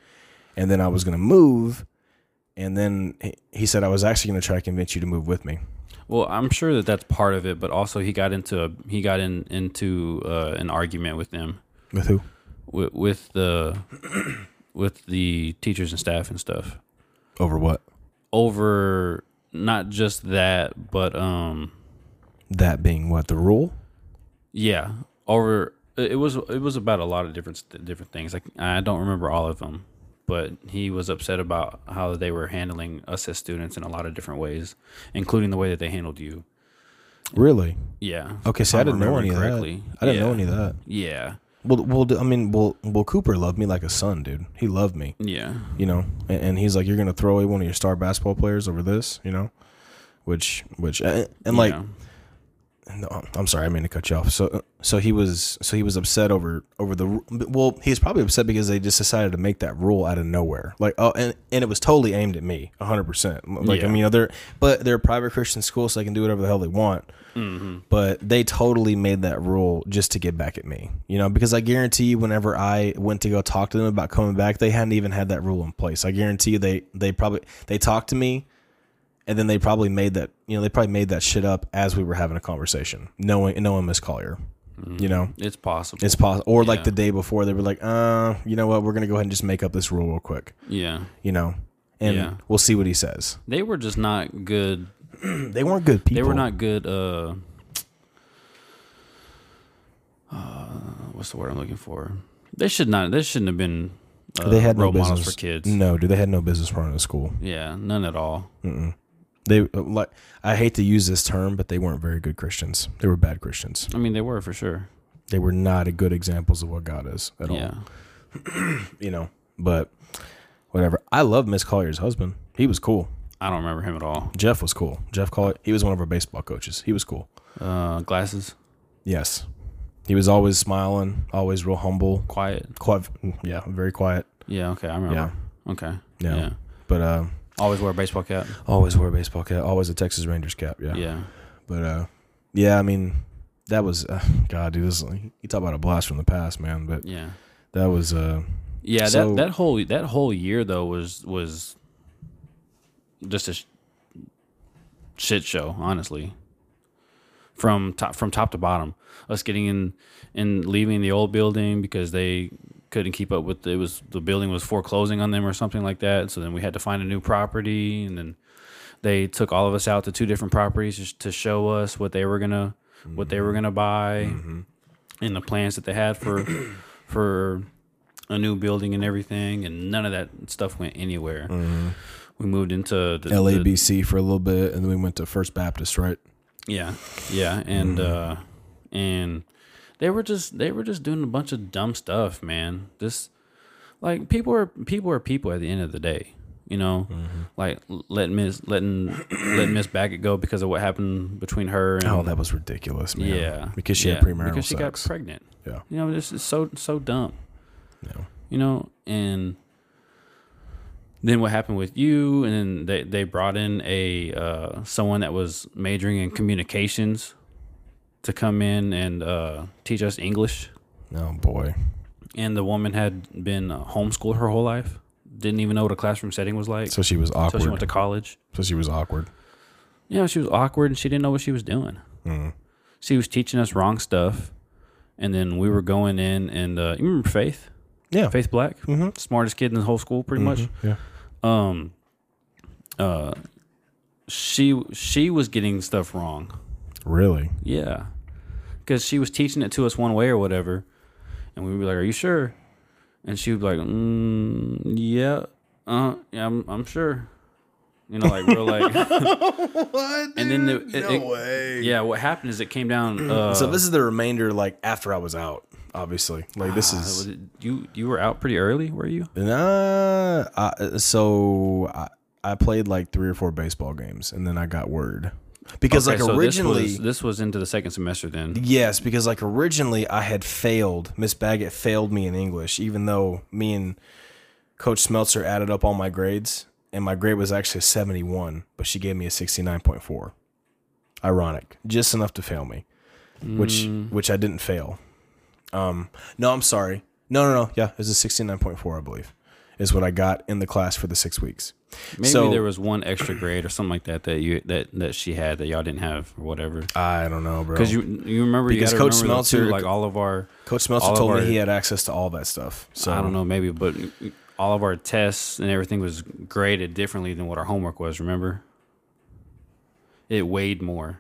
Speaker 1: and then I was going to move. And then he- he said I was actually going to try to convince you to move with me.
Speaker 2: Well, I'm sure that that's part of it, but also he got into a, he got in into uh, an argument with them
Speaker 1: With who?
Speaker 2: with, with the *coughs* with the teachers and staff and stuff
Speaker 1: Over what?
Speaker 2: over not just that, but um
Speaker 1: That being what the rule?
Speaker 2: yeah over it it was it was about a lot of different different things. Like I don't remember all of them, but he was upset about how they were handling us as students in a lot of different ways, including the way that they handled you.
Speaker 1: Really?
Speaker 2: Yeah.
Speaker 1: Okay, so
Speaker 2: If
Speaker 1: I
Speaker 2: I'm
Speaker 1: didn't know any
Speaker 2: remembering
Speaker 1: of that. I didn't know
Speaker 2: Yeah.
Speaker 1: any of that.
Speaker 2: Yeah.
Speaker 1: Well, well, d- I mean, well, well, Cooper loved me like a son, dude. He loved me,
Speaker 2: Yeah.
Speaker 1: you know. And, and he's like, "You're gonna throw away one of your star basketball players over this," you know. Which, which, and, and like,
Speaker 2: Yeah.
Speaker 1: No, I'm sorry, I mean to cut you off. So, so he was, so he was upset over over the. Well, he was probably upset because they just decided to make that rule out of nowhere. Like, oh, and, and it was totally aimed at me, 100. percent Like, I
Speaker 2: Yeah.
Speaker 1: mean, you know, they're but they're a private Christian school, so they can do whatever the hell they want. But they totally made that rule just to get back at me, you know, because I guarantee you, whenever I went to go talk to them about coming back, they hadn't even had that rule in place. I guarantee you, they they probably they talked to me and then they probably made that you know they probably made that shit up as we were having a conversation knowing knowing miss collier you know
Speaker 2: It's possible.
Speaker 1: it's possible or like
Speaker 2: Mm-hmm. Yeah.
Speaker 1: the day before they were like uh you know what we're gonna go ahead and just make up this rule real quick
Speaker 2: yeah.
Speaker 1: you know and
Speaker 2: Yeah.
Speaker 1: we'll see what he says
Speaker 2: They were just not good.
Speaker 1: *clears throat* they weren't good people
Speaker 2: They were not good. Uh, uh, what's the word I'm looking for? They should not. They shouldn't have been. Uh,
Speaker 1: they had no
Speaker 2: role
Speaker 1: business
Speaker 2: models for kids.
Speaker 1: no dude they had no business running a school
Speaker 2: Yeah, none at all.
Speaker 1: they uh, like i hate to use this term but they weren't very good christians they were bad christians
Speaker 2: I mean, they were for sure.
Speaker 1: they were not a good examples of what god is at all
Speaker 2: Yeah,
Speaker 1: you know but whatever i love miss collier's husband he was cool
Speaker 2: I don't remember him at all.
Speaker 1: Jeff was cool. Jeff Collier, he was one of our baseball coaches. He was cool.
Speaker 2: Uh, glasses,
Speaker 1: Yes. He was always smiling, always real humble,
Speaker 2: quiet.
Speaker 1: quiet, yeah, very quiet.
Speaker 2: Yeah, okay, I remember. Okay,
Speaker 1: Yeah. But uh,
Speaker 2: Always wear a baseball cap.
Speaker 1: Always wear a baseball cap. Always a Texas Rangers cap. Yeah.
Speaker 2: Yeah.
Speaker 1: But uh, yeah, I mean, that was uh, God, dude. This is, you talk about a blast from the past, man. But
Speaker 2: Yeah.
Speaker 1: that was uh,
Speaker 2: Yeah,
Speaker 1: So-
Speaker 2: that that whole that whole year though was was just a sh- shit show, honestly. From top from top to bottom, us getting in and leaving the old building because they couldn't keep up with it was the building was foreclosing on them or something like that. So then we had to find a new property, and then they took all of us out to two different properties just to show us what they were gonna what they were gonna buy
Speaker 1: Mm-hmm.
Speaker 2: and the plans that they
Speaker 1: *clears throat*
Speaker 2: had for for a new building and everything, and none of that stuff went anywhere. We moved into the, the-
Speaker 1: LABC for Mm. mm-hmm. a little bit, and then we went to First Baptist, right?
Speaker 2: yeah, yeah, and
Speaker 1: Mm-hmm.
Speaker 2: uh, and they were just they were just doing a bunch of dumb stuff, man. Just like people are people are people at the end of the day, you know.
Speaker 1: Mm-hmm.
Speaker 2: Like letting Miss
Speaker 1: *clears throat*
Speaker 2: letting letting Miss Baggett go because of what happened between her and
Speaker 1: Oh, that was ridiculous, man.
Speaker 2: Mm-hmm. yeah
Speaker 1: because she
Speaker 2: yeah,
Speaker 1: had premarital
Speaker 2: because she got
Speaker 1: sex.
Speaker 2: pregnant.
Speaker 1: yeah,
Speaker 2: You know, this is so so dumb.
Speaker 1: yeah.
Speaker 2: you know and then what happened with you and then they, they brought in a uh, someone that was majoring in communications to come in and uh, teach us english
Speaker 1: Oh boy.
Speaker 2: and the woman had been uh, homeschooled her whole life didn't even know what a classroom setting was like so
Speaker 1: So she was awkward.
Speaker 2: she went to college
Speaker 1: was awkward.
Speaker 2: you know she was awkward and she didn't know what she was doing she was teaching us wrong stuff and then we were going in and uh, you remember faith
Speaker 1: Yeah.
Speaker 2: faith black smartest kid in the whole school
Speaker 1: Mm-hmm.
Speaker 2: pretty much
Speaker 1: Yeah.
Speaker 2: um uh she she was getting stuff wrong
Speaker 1: Really?
Speaker 2: yeah because she was teaching it to us one way or whatever and we would be like are you sure and she would be like mm, yeah uh yeah I'm, I'm sure you know like
Speaker 1: *laughs*
Speaker 2: real like
Speaker 1: What?
Speaker 2: and then it, it- it-
Speaker 1: way.
Speaker 2: yeah what happened is it
Speaker 1: *clears throat*
Speaker 2: came down uh
Speaker 1: So this is the remainder, like after I was out, obviously. Like this
Speaker 2: was
Speaker 1: is
Speaker 2: it- you you were out pretty early were you
Speaker 1: nah. I, so I, I played like three or four baseball games, and then I got word because
Speaker 2: Okay,
Speaker 1: like
Speaker 2: so
Speaker 1: originally,
Speaker 2: this was, this was into the second semester then
Speaker 1: yes, because like originally I had failed. Miss Baggett failed me in English, even though me and Coach Smeltzer added up all my grades, and my grade was actually a seventy-one, but she gave me a sixty-nine point four. Ironic, just enough to fail me, which which I didn't fail. Um, no, I'm sorry. No, no, no. Yeah, it was a 69.4, I believe, is what I got in the class for the six weeks.
Speaker 2: maybe
Speaker 1: so-
Speaker 2: there was one extra grade or something like that that you that that she had that y'all didn't have or whatever
Speaker 1: I don't know, bro.
Speaker 2: Because you you remember
Speaker 1: Because
Speaker 2: you gotta
Speaker 1: Coach
Speaker 2: remember though, too,
Speaker 1: Smeltzer-
Speaker 2: like all of our
Speaker 1: Coach Smeltzer
Speaker 2: all of
Speaker 1: told
Speaker 2: our-
Speaker 1: me he had access to all that stuff. So
Speaker 2: I don't know maybe but all of our tests and everything was graded differently than what our homework was. Remember, it weighed more.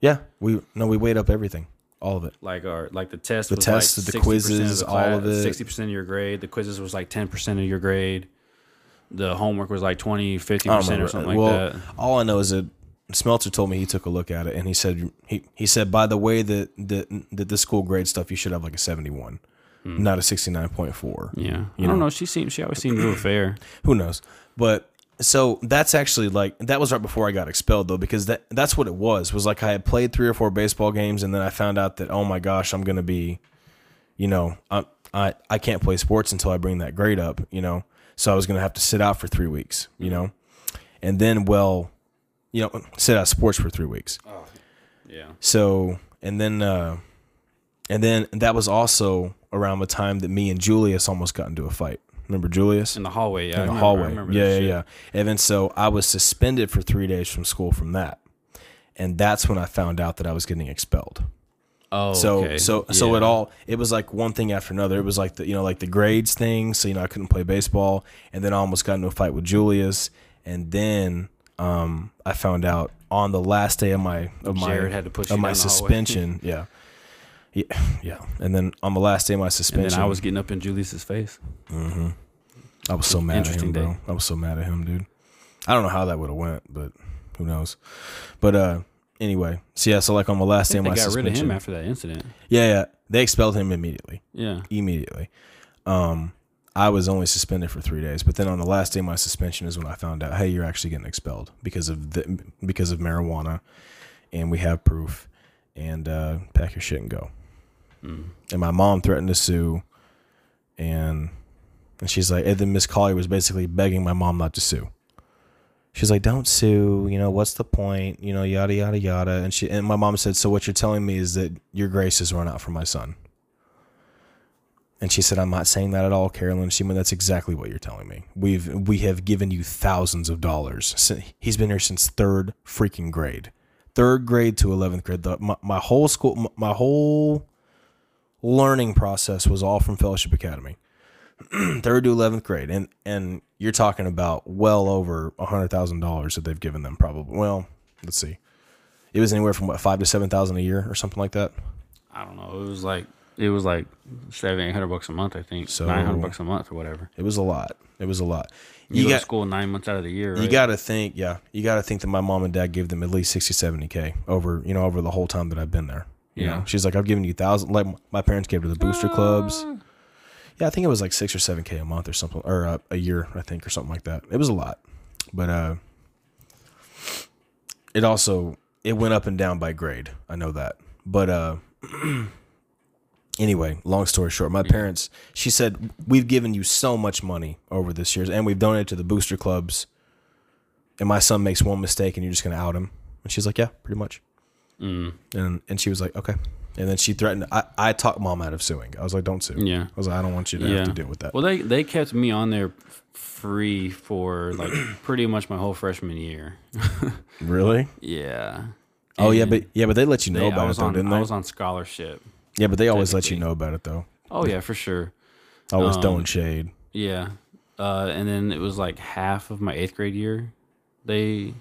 Speaker 1: Yeah, we no, we weighed up everything, all of it.
Speaker 2: Like our like the test, was
Speaker 1: tests,
Speaker 2: like
Speaker 1: the
Speaker 2: 60%
Speaker 1: quizzes, all of it.
Speaker 2: sixty percent of your grade. The quizzes was like ten percent of your grade. The homework was like 20, 15 percent or
Speaker 1: remember.
Speaker 2: something like
Speaker 1: well,
Speaker 2: that.
Speaker 1: all I know is that Smeltzer told me he took a look at it and he said he he said by the way that that that the school grade stuff you should have like a 71,
Speaker 2: Hmm.
Speaker 1: not a 69.4.
Speaker 2: Yeah, I don't know. She seemed she always seemed real fair.
Speaker 1: who knows but so that's actually like that was right before i got expelled though because that that's what it was was like i had played three or four baseball games and then i found out that oh my gosh i'm gonna be you know i i, I can't play sports until i bring that grade up you know so i was gonna have to sit out for three weeks you know and then well you know sit out sports for three weeks
Speaker 2: Yeah,
Speaker 1: so and then uh and then that was also around the time that me and julius almost got into a fight remember julius
Speaker 2: in the hallway. Yeah, I
Speaker 1: in the
Speaker 2: remember- I
Speaker 1: hallway.
Speaker 2: remember
Speaker 1: yeah,
Speaker 2: that
Speaker 1: yeah,
Speaker 2: shit.
Speaker 1: yeah. And then so I was suspended for three days from school from that, and that's when I found out that I was getting expelled.
Speaker 2: Oh,
Speaker 1: So
Speaker 2: okay.
Speaker 1: so so
Speaker 2: Yeah.
Speaker 1: it all it was like one thing after another. It was like the you know like the grades thing. So you know I couldn't play baseball, and then I almost got into a fight with Julius, and then um I found out on the last day of my of my
Speaker 2: Jared had to push
Speaker 1: of
Speaker 2: you
Speaker 1: my
Speaker 2: down the hallway.
Speaker 1: suspension. *laughs* yeah. Yeah, yeah, and then on the last day of my suspension,
Speaker 2: And then I was getting up in Julius's face.
Speaker 1: I was so mad at him,
Speaker 2: Mm-hmm. Interesting
Speaker 1: bro.
Speaker 2: day.
Speaker 1: I was so mad at him, dude. I don't know how that would have went, but who knows? But uh anyway, so yeah, so like on the last day of
Speaker 2: They
Speaker 1: my
Speaker 2: got rid of
Speaker 1: suspension,
Speaker 2: him after that incident.
Speaker 1: yeah, yeah, they expelled him immediately.
Speaker 2: Yeah.
Speaker 1: Immediately, um, I was only suspended for three days, but then on the last day of my suspension is when I found out, hey, you're actually getting expelled because of the because of marijuana, and we have proof, and uh, pack your shit and go.
Speaker 2: Mm.
Speaker 1: And my mom threatened to sue, and and she's like, and then Miss Collier was basically begging my mom not to sue. she's like, "Don't sue. You know what's the point? You know, yada yada yada." And she and my mom said, "So what you're telling me is that your grace has run out for my son." And she said, "I'm not saying that at all, Carolyn." She went, "That's exactly what you're telling me. We've we have given you thousands of dollars. Si- He's been here since third freaking grade, third grade to eleventh grade. The, my, my whole school, my, my whole learning process was all from Fellowship Academy." *clears throat* third to eleventh grade, and and you're talking about well over a hundred thousand dollars that they've given them. Probably. Well, let's see. It was anywhere from what five to seven thousand a year or something like that.
Speaker 2: I don't know. It was like it was like seven, eight hundred bucks a month. I think
Speaker 1: So-
Speaker 2: nine hundred bucks a month or whatever.
Speaker 1: It was a lot. It was a lot. You,
Speaker 2: You, go
Speaker 1: got
Speaker 2: to school nine months out of the year. Right?
Speaker 1: you got to think. Yeah, you got to think that my mom and dad gave them at least 60, 70 k over you know over the whole time that I've been there. You
Speaker 2: Yeah.
Speaker 1: know, she's like, I've given you thousand. Like my parents gave to the booster clubs. Yeah, I think it was like six or seven k a month or something, or uh, a year, I think, or something like that. It was a lot, but uh, it also it went up and down by grade. I know that, but uh, anyway, long story short, my parents. She said we've given you so much money over this years, and we've donated to the booster clubs. And my son makes one mistake, and you're just gonna out him. And she's like, "Yeah, pretty much."
Speaker 2: Mm.
Speaker 1: And and she was like, "Okay." And then she threatened. I I talked mom out of suing. I was like, "Don't sue."
Speaker 2: Yeah.
Speaker 1: I was like, "I don't want you to have to deal with that."
Speaker 2: Well, they they kept me on there f- free for like *clears throat* pretty much my whole freshman year. *laughs*
Speaker 1: really?
Speaker 2: yeah.
Speaker 1: Oh yeah,
Speaker 2: And
Speaker 1: but yeah, but they let you know
Speaker 2: they- I
Speaker 1: about it
Speaker 2: was
Speaker 1: though,
Speaker 2: on
Speaker 1: didn't
Speaker 2: I
Speaker 1: they?
Speaker 2: was on scholarship.
Speaker 1: yeah, but they always let you
Speaker 2: technically.
Speaker 1: know about it though.
Speaker 2: Oh yeah, for sure.
Speaker 1: Always throwing shade.
Speaker 2: Yeah. Uh, and then it was like half of my eighth grade year. They,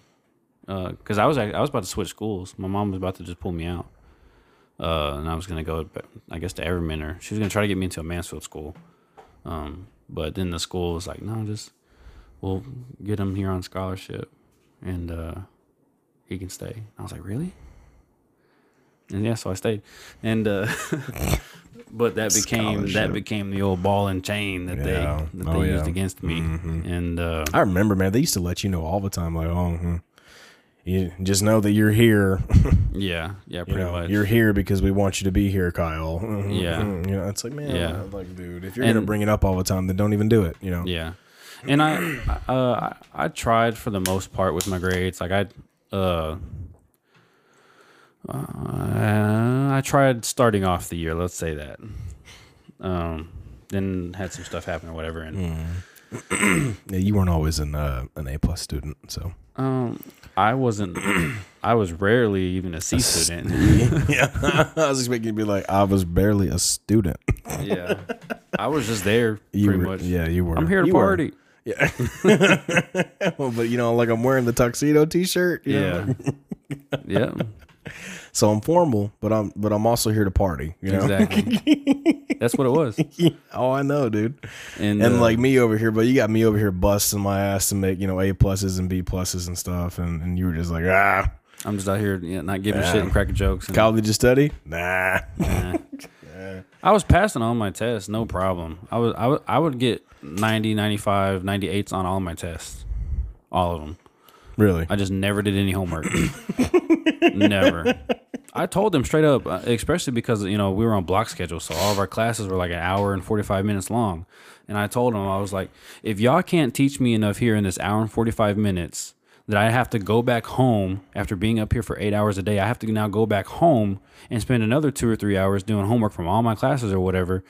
Speaker 2: because I was act- I was about to switch schools. My mom was about to just pull me out, uh, and I was gonna go, but I guess to Everman or she was gonna try to get me into a Mansfield school. Um, but then the school was like, no, just we'll get him here on scholarship, and uh, he can stay. I was like, really? And yeah, so I stayed, and uh, *laughs* but that became that
Speaker 1: Scholarship.
Speaker 2: became the old ball and chain that they
Speaker 1: Yeah.
Speaker 2: that they
Speaker 1: Oh,
Speaker 2: used
Speaker 1: yeah. Mm-hmm.
Speaker 2: against me, and uh,
Speaker 1: I remember, man. They used to let you know all the time, like, "Oh, hmm. you just know that you're here." *laughs*
Speaker 2: yeah, yeah,
Speaker 1: you
Speaker 2: pretty
Speaker 1: know,
Speaker 2: much.
Speaker 1: You're here because we want you to be here, Kyle. Mhm,
Speaker 2: Yeah.
Speaker 1: mhm. You know, it's like, man,
Speaker 2: Yeah.
Speaker 1: like, dude, if you're
Speaker 2: And-
Speaker 1: gonna bring it up all the time, then don't even do it. You know.
Speaker 2: Yeah, and I, uh, I I tried for the most part with my grades. Like I, uh, uh, I tried starting off the year. Let's say that. Um, then had some stuff happen or whatever, and
Speaker 1: Mm. Yeah, you weren't always an uh, an A plus student,
Speaker 2: *laughs*
Speaker 1: so *laughs*
Speaker 2: um, I wasn't. I was rarely even a C student.
Speaker 1: yeah. I was expecting you to be like, I was barely a student. *laughs*
Speaker 2: *laughs* yeah, I was just there
Speaker 1: You
Speaker 2: pretty
Speaker 1: were,
Speaker 2: much.
Speaker 1: yeah, you were.
Speaker 2: I'm here to
Speaker 1: You were.
Speaker 2: party.
Speaker 1: Yeah, Well, *laughs* but you know, like I'm wearing the tuxedo T-shirt. you know,
Speaker 2: Yeah,
Speaker 1: *laughs*
Speaker 2: yeah,
Speaker 1: so I'm formal, but I'm but I'm also here to party. You know, *laughs*
Speaker 2: exactly. That's what it was,
Speaker 1: oh, I know, dude.
Speaker 2: and,
Speaker 1: and
Speaker 2: uh,
Speaker 1: like me over here, but you got me over here busting my ass to make you know A pluses and B pluses and stuff, and, and you were just like, ah,
Speaker 2: I'm just out here yeah, not giving a shit and cracking jokes. And,
Speaker 1: Kyle, did you study? Nah.
Speaker 2: I was passing all my tests, no problem. I was I would I would get 90, 95, 98s on all my tests. All of them.
Speaker 1: really?
Speaker 2: I just never did any homework.
Speaker 1: *clears throat*
Speaker 2: never. I told them straight up, uh, especially because you know we were on block schedule, so all of our classes were like an hour and forty five minutes long. And I told them I was like, if y'all can't teach me enough here in this hour and forty five minutes that I have to go back home after being up here for eight hours a day, I have to now go back home and spend another two or three hours doing homework from all my classes or whatever.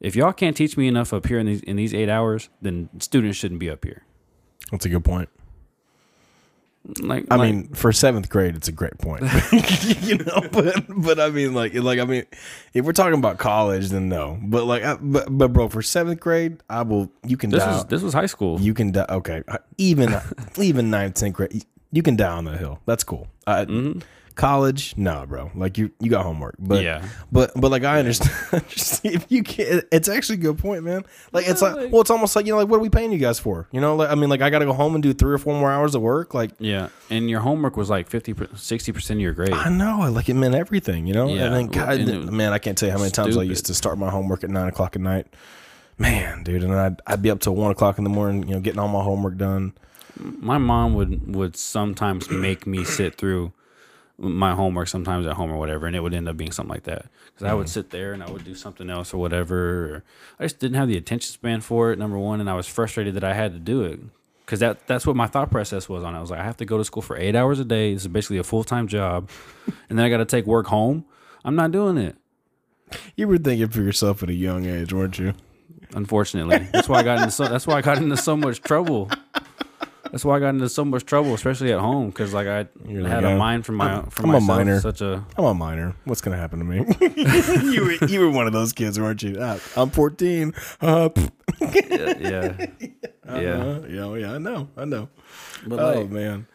Speaker 2: If y'all can't teach me enough up here in these in these eight hours, then students shouldn't be up here.
Speaker 1: That's a good point.
Speaker 2: Like
Speaker 1: I
Speaker 2: like-
Speaker 1: mean, for seventh grade, it's a great *laughs* point. you know, but but I mean, like like I mean, if we're talking about college, then no. But like, I, but but bro, for seventh grade, I will. You can
Speaker 2: this
Speaker 1: die.
Speaker 2: was this was high school.
Speaker 1: you can die. Okay, I-
Speaker 2: *laughs*
Speaker 1: even even ninth, tenth grade, you can die on the hill. That's cool. I,
Speaker 2: Mm-hmm.
Speaker 1: College, nah, bro. Like you, you got homework. But
Speaker 2: Yeah.
Speaker 1: but but like I understand. *laughs* understand if you can, it's actually a good point, man. Like it's like,
Speaker 2: like-
Speaker 1: well, it's almost like you know, like what are we paying you guys for? You know, like I mean, like I got to go home and do three or four more hours of work, like.
Speaker 2: Yeah, and your homework was like 50 60% of your grade.
Speaker 1: I know, like it meant everything, you know.
Speaker 2: Yeah,
Speaker 1: and then God,
Speaker 2: and it was
Speaker 1: man, I can't tell you how many times I
Speaker 2: stupid.
Speaker 1: used to start my homework at nine o'clock at night. Man, dude, and I'd I'd be up till one o'clock in the morning, you know, getting all my homework done.
Speaker 2: My mom would would sometimes make me sit through my homework sometimes at home or whatever, and it would end up being something like that. Because I would sit there and I would do something else or whatever. Or I just didn't have the attention span for it, number one, and I was frustrated that I had to do it because that that's what my thought process was on it. I was like, I have to go to school for eight hours a day. This is basically a full time job, and then I got to take work home. I'm not doing it.
Speaker 1: You were thinking for yourself at a young age, weren't you?
Speaker 2: Unfortunately, that's why I got into so, that's why I got into so much trouble. That's why I got into so much trouble, especially at home, because like I
Speaker 1: like,
Speaker 2: had
Speaker 1: "Yeah,
Speaker 2: a mind for my for
Speaker 1: I'm a
Speaker 2: myself,
Speaker 1: minor."
Speaker 2: such a
Speaker 1: I'm a minor. What's gonna happen to me? *laughs* you were you were one of those kids, weren't you? Ah, I'm 14. Uh, pff.
Speaker 2: yeah
Speaker 1: *laughs*
Speaker 2: yeah. yeah.
Speaker 1: Uh, yeah, yeah, I know, I know.
Speaker 2: But
Speaker 1: oh
Speaker 2: like,
Speaker 1: man,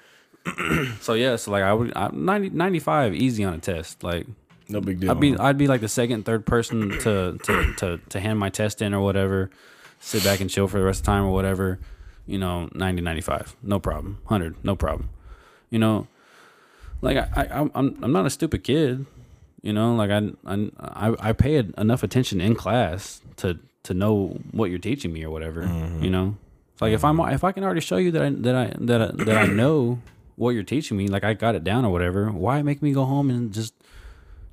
Speaker 2: so yeah, so like I would I, 90, 95 easy on a test. Like
Speaker 1: no big deal.
Speaker 2: I'd be I'd be like the second third person to to to to hand my test in or whatever, sit back and chill for the rest of the time or whatever. You know, 90, 95, no problem. Hundred, no problem. You know, like I, I I'm- I'm I'm not a stupid kid. You know, like I I I- I pay enough attention in class to to know what you're teaching me or whatever. You know, it's like if I'm if I can already show you that I that I that I, that I know what you're teaching me, like I got it down or whatever. Why make me go home and just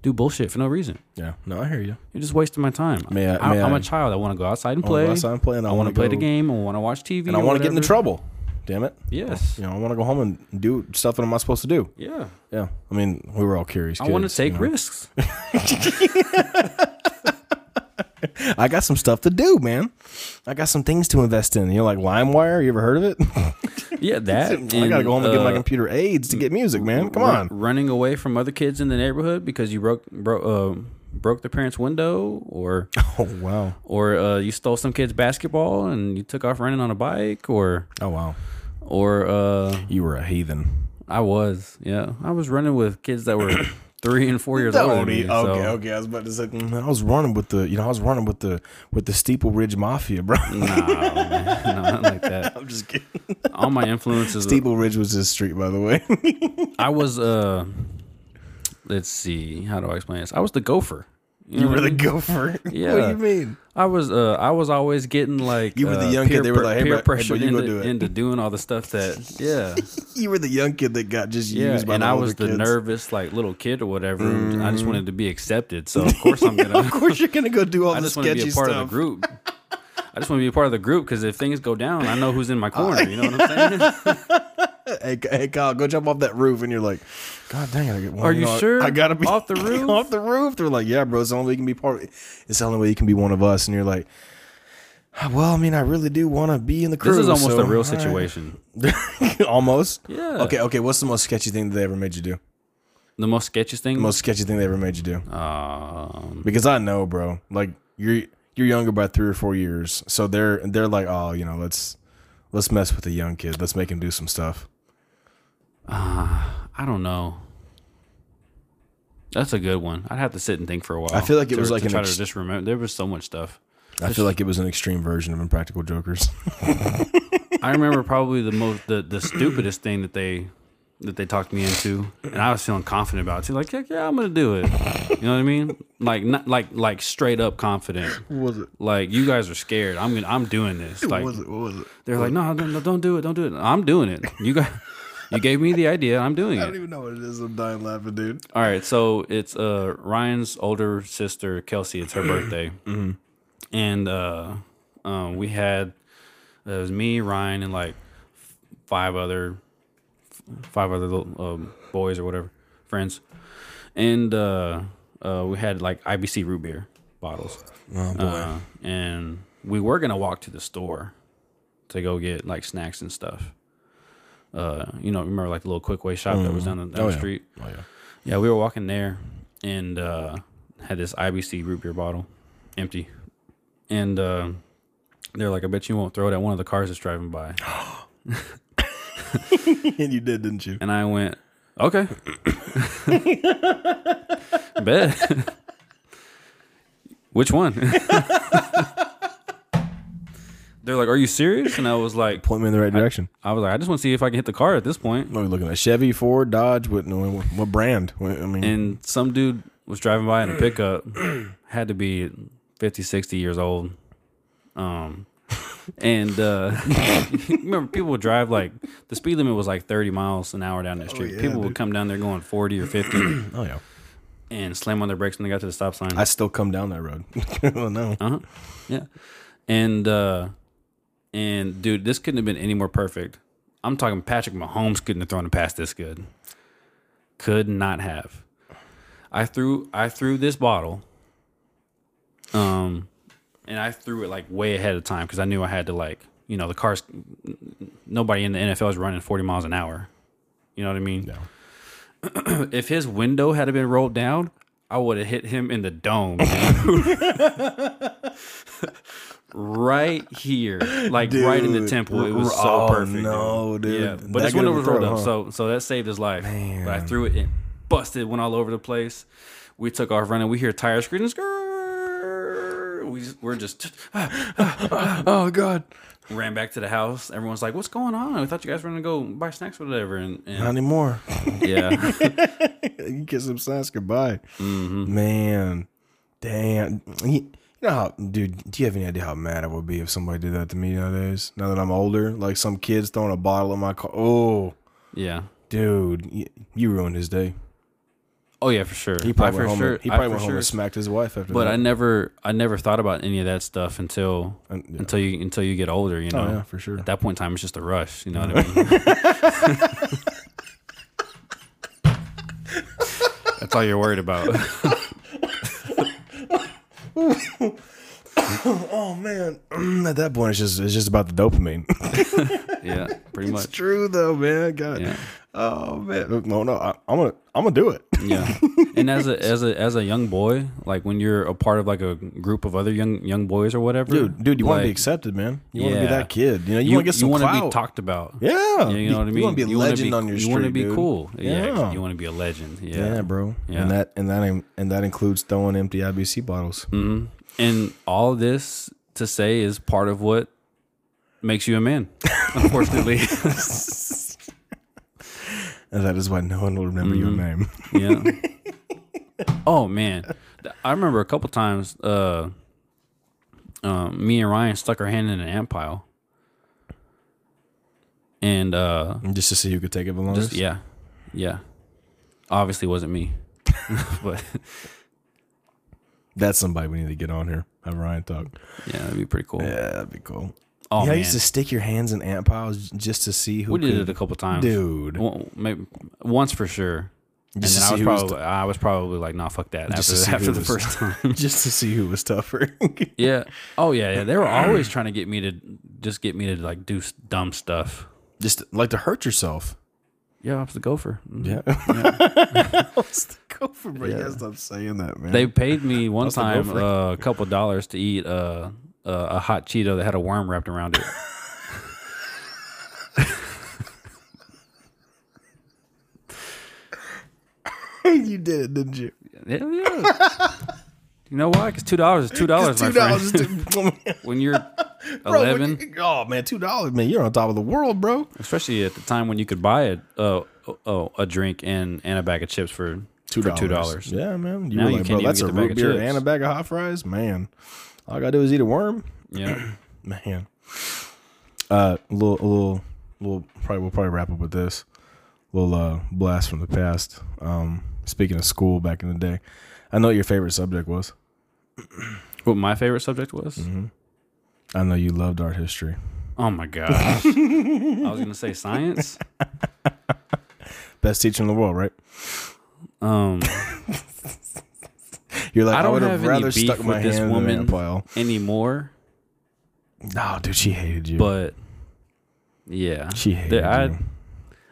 Speaker 2: do bullshit for no reason?
Speaker 1: yeah, no, I hear you.
Speaker 2: You're just wasting my time.
Speaker 1: May I-
Speaker 2: I,
Speaker 1: may
Speaker 2: am
Speaker 1: I-
Speaker 2: a child. I want to go outside and
Speaker 1: I wanna
Speaker 2: play.
Speaker 1: go outside and play, and I
Speaker 2: I want
Speaker 1: wanna
Speaker 2: to play
Speaker 1: go-
Speaker 2: the game. I want to watch TV.
Speaker 1: And I
Speaker 2: want to
Speaker 1: get into trouble. Damn it.
Speaker 2: Yes.
Speaker 1: You know, I want to go home and do stuff that I'm not supposed to do.
Speaker 2: Yeah.
Speaker 1: Oh, Yeah, I mean, we were all curious.
Speaker 2: I want to
Speaker 1: kids, you
Speaker 2: take
Speaker 1: know. *laughs*
Speaker 2: risks.
Speaker 1: I got some stuff to do, man. I got some things to invest in. You know, like LimeWire. You ever heard of it? *laughs*
Speaker 2: Yeah, that.
Speaker 1: I gotta
Speaker 2: and,
Speaker 1: go home and get my
Speaker 2: uh,
Speaker 1: computer aids to get music, man. Come
Speaker 2: run-
Speaker 1: on.
Speaker 2: running away from other kids in the neighborhood because you broke bro, uh, broke the parents' window,
Speaker 1: *laughs*
Speaker 2: or
Speaker 1: Oh wow.
Speaker 2: or uh, you stole some kid's basketball and you took off running on a bike, or
Speaker 1: Oh wow.
Speaker 2: or uh,
Speaker 1: You were a heathen.
Speaker 2: I was, yeah, I was running with kids
Speaker 1: *coughs*
Speaker 2: that were three and four years old.
Speaker 1: Don't
Speaker 2: than me,
Speaker 1: eat-
Speaker 2: so- *laughs*
Speaker 1: okay, okay. I was about to say mm, I was running with the you know I was running with the with the Steeple Ridge Mafia, bro.
Speaker 2: Nah, man, no, not like that.
Speaker 1: *laughs* I'm just kidding.
Speaker 2: All my influences.
Speaker 1: Steeple Ridge was his street, by the way. *laughs*
Speaker 2: I was. uh Let's see. How do I explain this? I was the gopher.
Speaker 1: you
Speaker 2: You, know what
Speaker 1: were
Speaker 2: I
Speaker 1: the
Speaker 2: mean?
Speaker 1: gopher. *laughs* What do
Speaker 2: Mm-hmm. Yeah.
Speaker 1: you mean?
Speaker 2: I was uh I was always getting like
Speaker 1: You were the
Speaker 2: uh,
Speaker 1: young kid,
Speaker 2: peer
Speaker 1: they were
Speaker 2: pre-
Speaker 1: like, "Hey,
Speaker 2: peer
Speaker 1: bro- hey, bro,
Speaker 2: pressure
Speaker 1: you go
Speaker 2: into,
Speaker 1: do it."
Speaker 2: into doing all the stuff that
Speaker 1: *laughs*
Speaker 2: yeah
Speaker 1: You were the young kid that got just
Speaker 2: yeah
Speaker 1: used by
Speaker 2: and
Speaker 1: the
Speaker 2: I
Speaker 1: older
Speaker 2: was the
Speaker 1: kids. Mm-hmm.
Speaker 2: nervous like little kid or whatever I just wanted to be
Speaker 1: *laughs*
Speaker 2: accepted so of course
Speaker 1: *laughs*
Speaker 2: I'm
Speaker 1: of
Speaker 2: gonna
Speaker 1: course, you're gonna go
Speaker 2: *laughs*
Speaker 1: do all
Speaker 2: I
Speaker 1: the
Speaker 2: just want to
Speaker 1: sketchy
Speaker 2: be a part
Speaker 1: stuff.
Speaker 2: of the group
Speaker 1: *laughs*
Speaker 2: I just want to be a part of the group because if things go down I know
Speaker 1: *laughs*
Speaker 2: who's in my corner you know what I'm saying
Speaker 1: Hey, hey, Kyle, go jump off that roof, and you're like, God dang it! I get one,
Speaker 2: Are you
Speaker 1: know,
Speaker 2: sure?
Speaker 1: I gotta be
Speaker 2: Off the
Speaker 1: *laughs*
Speaker 2: roof?
Speaker 1: off the roof. They're like, Yeah, bro. It's the only way you can be part. Of, it's the only way you can be one of us. And you're like, "Ah, Well, I mean, I really do want to be in the crew.
Speaker 2: this is almost
Speaker 1: so,
Speaker 2: a real
Speaker 1: all right."
Speaker 2: situation
Speaker 1: *laughs* almost.
Speaker 2: Yeah.
Speaker 1: Okay. Okay. What's the most sketchy thing that they ever made you do?
Speaker 2: the most sketchiest thing
Speaker 1: Most sketchy thing they ever made you do?
Speaker 2: um
Speaker 1: Because I know, bro. Like you're you're younger by three or four years, so they're they're like, oh, you know, let's let's mess with the young kid. Let's make him do some stuff.
Speaker 2: I don't know. That's a good one. I'd have to sit and think for a while. I
Speaker 1: feel like it
Speaker 2: to,
Speaker 1: was like
Speaker 2: to
Speaker 1: an
Speaker 2: try
Speaker 1: ex-
Speaker 2: to just remember. There was so much stuff.
Speaker 1: I feel like it was an extreme version of Impractical Jokers.
Speaker 2: I remember probably the most the, the stupidest thing that they that they talked me into, and I was feeling confident about it. Too. Like, heck yeah, I'm gonna do it. You know what I mean? Like, not like like straight up confident.
Speaker 1: was it?
Speaker 2: Like, you guys are scared. I'm gonna I'm doing this. Like,
Speaker 1: What was it?
Speaker 2: they're like, no, no, no, don't do it, don't do it. I'm doing it. You guys, *laughs* you gave me the idea. I'm doing it.
Speaker 1: even know what it is. I'm dying laughing, dude.
Speaker 2: All right, so it's uh Ryan's older sister Kelsey.
Speaker 1: *clears throat*
Speaker 2: It's her birthday,
Speaker 1: Mm-hmm.
Speaker 2: and uh, um, we had it was me, Ryan, and like f- five other five other little, um, boys or whatever friends, and uh, uh, we had like IBC root beer bottles,
Speaker 1: Oh boy.
Speaker 2: uh, and we were gonna walk to the store to go get like snacks and stuff. Uh, you know, remember like the little quick way shop that was down the, down
Speaker 1: Oh,
Speaker 2: the
Speaker 1: yeah.
Speaker 2: street.
Speaker 1: oh yeah.
Speaker 2: Yeah, we were walking there and uh, had this IBC root beer bottle, empty. And uh, they're like, I bet you won't throw it at one of the cars that's driving by.
Speaker 1: *laughs* and you did, didn't you?
Speaker 2: And I went, okay. *laughs* Bet. *laughs* Which one? *laughs* they're like, are you serious? And I was like,
Speaker 1: Point me in the right direction.
Speaker 2: I was like, I just want to see if I can hit the car at this point.
Speaker 1: What are we looking at? Chevy, Ford, Dodge. What? no, What, what brand? What, I mean,
Speaker 2: and some dude was driving by in a pickup *clears throat* had to be 50 60 years old um and uh *laughs* remember people would drive like the speed limit was like 30 miles an hour down the street
Speaker 1: yeah,
Speaker 2: people would come down there going 40
Speaker 1: *clears throat*
Speaker 2: or 50
Speaker 1: oh yeah.
Speaker 2: and slam on their brakes when they got to the stop sign
Speaker 1: I *laughs* Uh-huh. still come down that road. oh no.
Speaker 2: yeah and uh And dude, this couldn't have been any more perfect. I'm talking Patrick Mahomes couldn't have thrown a pass this good. Could not have. I threw I threw this bottle. Um and I threw it like way ahead of time because I knew I had to like, you know, the cars nobody in the NFL is running 40 miles an hour. You know what I mean? *clears throat* if his window had been rolled down, I would have hit him in the dome. dude. *laughs* right here, like right in the
Speaker 1: Dude.
Speaker 2: temple. It was so
Speaker 1: Oh,
Speaker 2: perfect.
Speaker 1: no, dude.
Speaker 2: Yeah,
Speaker 1: That
Speaker 2: but this
Speaker 1: good
Speaker 2: window
Speaker 1: of a
Speaker 2: was rolled
Speaker 1: throw,
Speaker 2: up,
Speaker 1: huh?
Speaker 2: so so that saved his life. But I threw it in, busted, went all over the place. We took off running. We hear tires screeching. "Skrrr." We just, we're just
Speaker 1: Oh god.
Speaker 2: ran back to the house. Everyone's like, "What's going on?" We thought you guys were gonna go buy snacks or whatever. And,
Speaker 1: Not
Speaker 2: and
Speaker 1: anymore.
Speaker 2: yeah,
Speaker 1: *laughs* you get some signs goodbye. Mm-hmm. Man, damn. You know how, dude? Do you have any idea how mad I would be if somebody did that to me nowadays? Now that I'm older, like some kids throwing a bottle in my car. Oh,
Speaker 2: yeah.
Speaker 1: dude, you, you ruined his day.
Speaker 2: Oh yeah, for sure.
Speaker 1: He probably
Speaker 2: I
Speaker 1: went
Speaker 2: for
Speaker 1: home.
Speaker 2: sure.
Speaker 1: and, he
Speaker 2: I
Speaker 1: probably
Speaker 2: for
Speaker 1: went home
Speaker 2: sure-
Speaker 1: and smacked his wife after
Speaker 2: But I
Speaker 1: that.
Speaker 2: never, I never thought about any of that stuff until
Speaker 1: And- Uh, yeah.
Speaker 2: until you until you get older. You know,
Speaker 1: oh yeah, for sure.
Speaker 2: at that point in time, it's just a rush. You know what I mean? *laughs* That's all you're worried about.
Speaker 1: Oh man, *clears throat* at that point, it's just it's just about the
Speaker 2: *laughs*
Speaker 1: dopamine.
Speaker 2: *laughs* yeah, pretty
Speaker 1: it's
Speaker 2: much.
Speaker 1: true though, man. God.
Speaker 2: Yeah.
Speaker 1: Oh man, Look, no, no, I, I'm gonna I'm gonna do it.
Speaker 2: Yeah. And as a as a as a young boy, like when you're a part of like a group of other young young boys or whatever,
Speaker 1: Dude, dude, *laughs* you want to be
Speaker 2: like,
Speaker 1: accepted, man. You want to be
Speaker 2: Yeah.
Speaker 1: that kid. You know, you,
Speaker 2: you
Speaker 1: want to get some
Speaker 2: you wanna be
Speaker 1: clout.
Speaker 2: talked about.
Speaker 1: Yeah.
Speaker 2: Yeah, you know what I mean.
Speaker 1: You want to be a
Speaker 2: You wanna
Speaker 1: legend on your
Speaker 2: you
Speaker 1: street.
Speaker 2: wanna be
Speaker 1: dude.
Speaker 2: cool. Yeah,
Speaker 1: Yeah.
Speaker 2: you want to be a legend.
Speaker 1: Yeah, bro.
Speaker 2: Yeah.
Speaker 1: And that and that in- and that includes throwing empty IBC bottles.
Speaker 2: Mhm. And all this to say is part of what makes you a man, *laughs* unfortunately. *laughs*
Speaker 1: And that is why no one will remember your
Speaker 2: Mm-hmm.
Speaker 1: name.
Speaker 2: yeah. Oh man, I remember a couple times. Uh, uh, me and Ryan stuck our hand in an ant pile, and uh,
Speaker 1: *laughs* Just to see who could take it the longest.
Speaker 2: just yeah, yeah. Obviously, wasn't me, *laughs* but
Speaker 1: That's somebody we need to get on here. Have Ryan talk.
Speaker 2: yeah, that'd be pretty cool.
Speaker 1: Yeah, that'd be cool.
Speaker 2: Oh
Speaker 1: yeah, I
Speaker 2: man,
Speaker 1: used to stick your hands in ant piles j- just to see who
Speaker 2: we did
Speaker 1: could-
Speaker 2: it a couple times,
Speaker 1: dude.
Speaker 2: Well, maybe once for sure. And
Speaker 1: Just
Speaker 2: then
Speaker 1: to
Speaker 2: I
Speaker 1: see
Speaker 2: was
Speaker 1: who was
Speaker 2: probably I was probably like, nah, fuck that.
Speaker 1: Just
Speaker 2: After,
Speaker 1: to see
Speaker 2: after
Speaker 1: who
Speaker 2: the
Speaker 1: was- *laughs*
Speaker 2: first time.
Speaker 1: just to see who was
Speaker 2: *laughs*
Speaker 1: tougher.
Speaker 2: yeah. Oh yeah, yeah. They were always trying to get me to just get me to like do s- dumb stuff.
Speaker 1: just like to hurt yourself.
Speaker 2: Yeah, I was the gopher. Mm.
Speaker 1: *laughs* Yeah. Go for it. Yeah. Stop saying that, man.
Speaker 2: They paid me one
Speaker 1: the
Speaker 2: time
Speaker 1: gopher.
Speaker 2: uh, a couple dollars to eat uh, uh, a hot Cheeto that had a worm
Speaker 1: *laughs*
Speaker 2: wrapped around it.
Speaker 1: *laughs* you did it, didn't you?
Speaker 2: Yeah, yeah. you know why? Because two dollars is two dollars, Oh, my
Speaker 1: *laughs* Two
Speaker 2: friend.
Speaker 1: dollars. *laughs* Bro,
Speaker 2: *laughs* when you're
Speaker 1: like,
Speaker 2: eleven,
Speaker 1: oh man, two dollars, man. You're on top of the world, bro.
Speaker 2: especially at the time when you could buy a uh, oh, a drink and, and a bag of chips for two for two dollars.
Speaker 1: Yeah, man. You
Speaker 2: Now
Speaker 1: were
Speaker 2: you
Speaker 1: like,
Speaker 2: can't
Speaker 1: bro,
Speaker 2: even
Speaker 1: that's
Speaker 2: get
Speaker 1: a
Speaker 2: the bag
Speaker 1: root
Speaker 2: of
Speaker 1: beer
Speaker 2: chips.
Speaker 1: and a bag of hot fries, man. All I gotta do is eat a worm,
Speaker 2: Yeah,
Speaker 1: man. Uh, a little, a little, little. Probably we'll probably wrap up with this little uh, blast from the past. Um, speaking of school back in the day, I know what your favorite subject was.
Speaker 2: what my favorite subject was.
Speaker 1: Mm-hmm. I know you loved art history,
Speaker 2: Oh my gosh, I was gonna say science.
Speaker 1: best teacher in the world, right?
Speaker 2: Um,
Speaker 1: You're like,
Speaker 2: I
Speaker 1: I,
Speaker 2: don't
Speaker 1: would
Speaker 2: have
Speaker 1: have
Speaker 2: any
Speaker 1: rather
Speaker 2: beef
Speaker 1: stuck
Speaker 2: with
Speaker 1: my
Speaker 2: this
Speaker 1: hand in an
Speaker 2: woman.
Speaker 1: ant pile.
Speaker 2: anymore,
Speaker 1: No, dude, she hated you.
Speaker 2: but yeah,
Speaker 1: She hated
Speaker 2: There- I'd,
Speaker 1: you.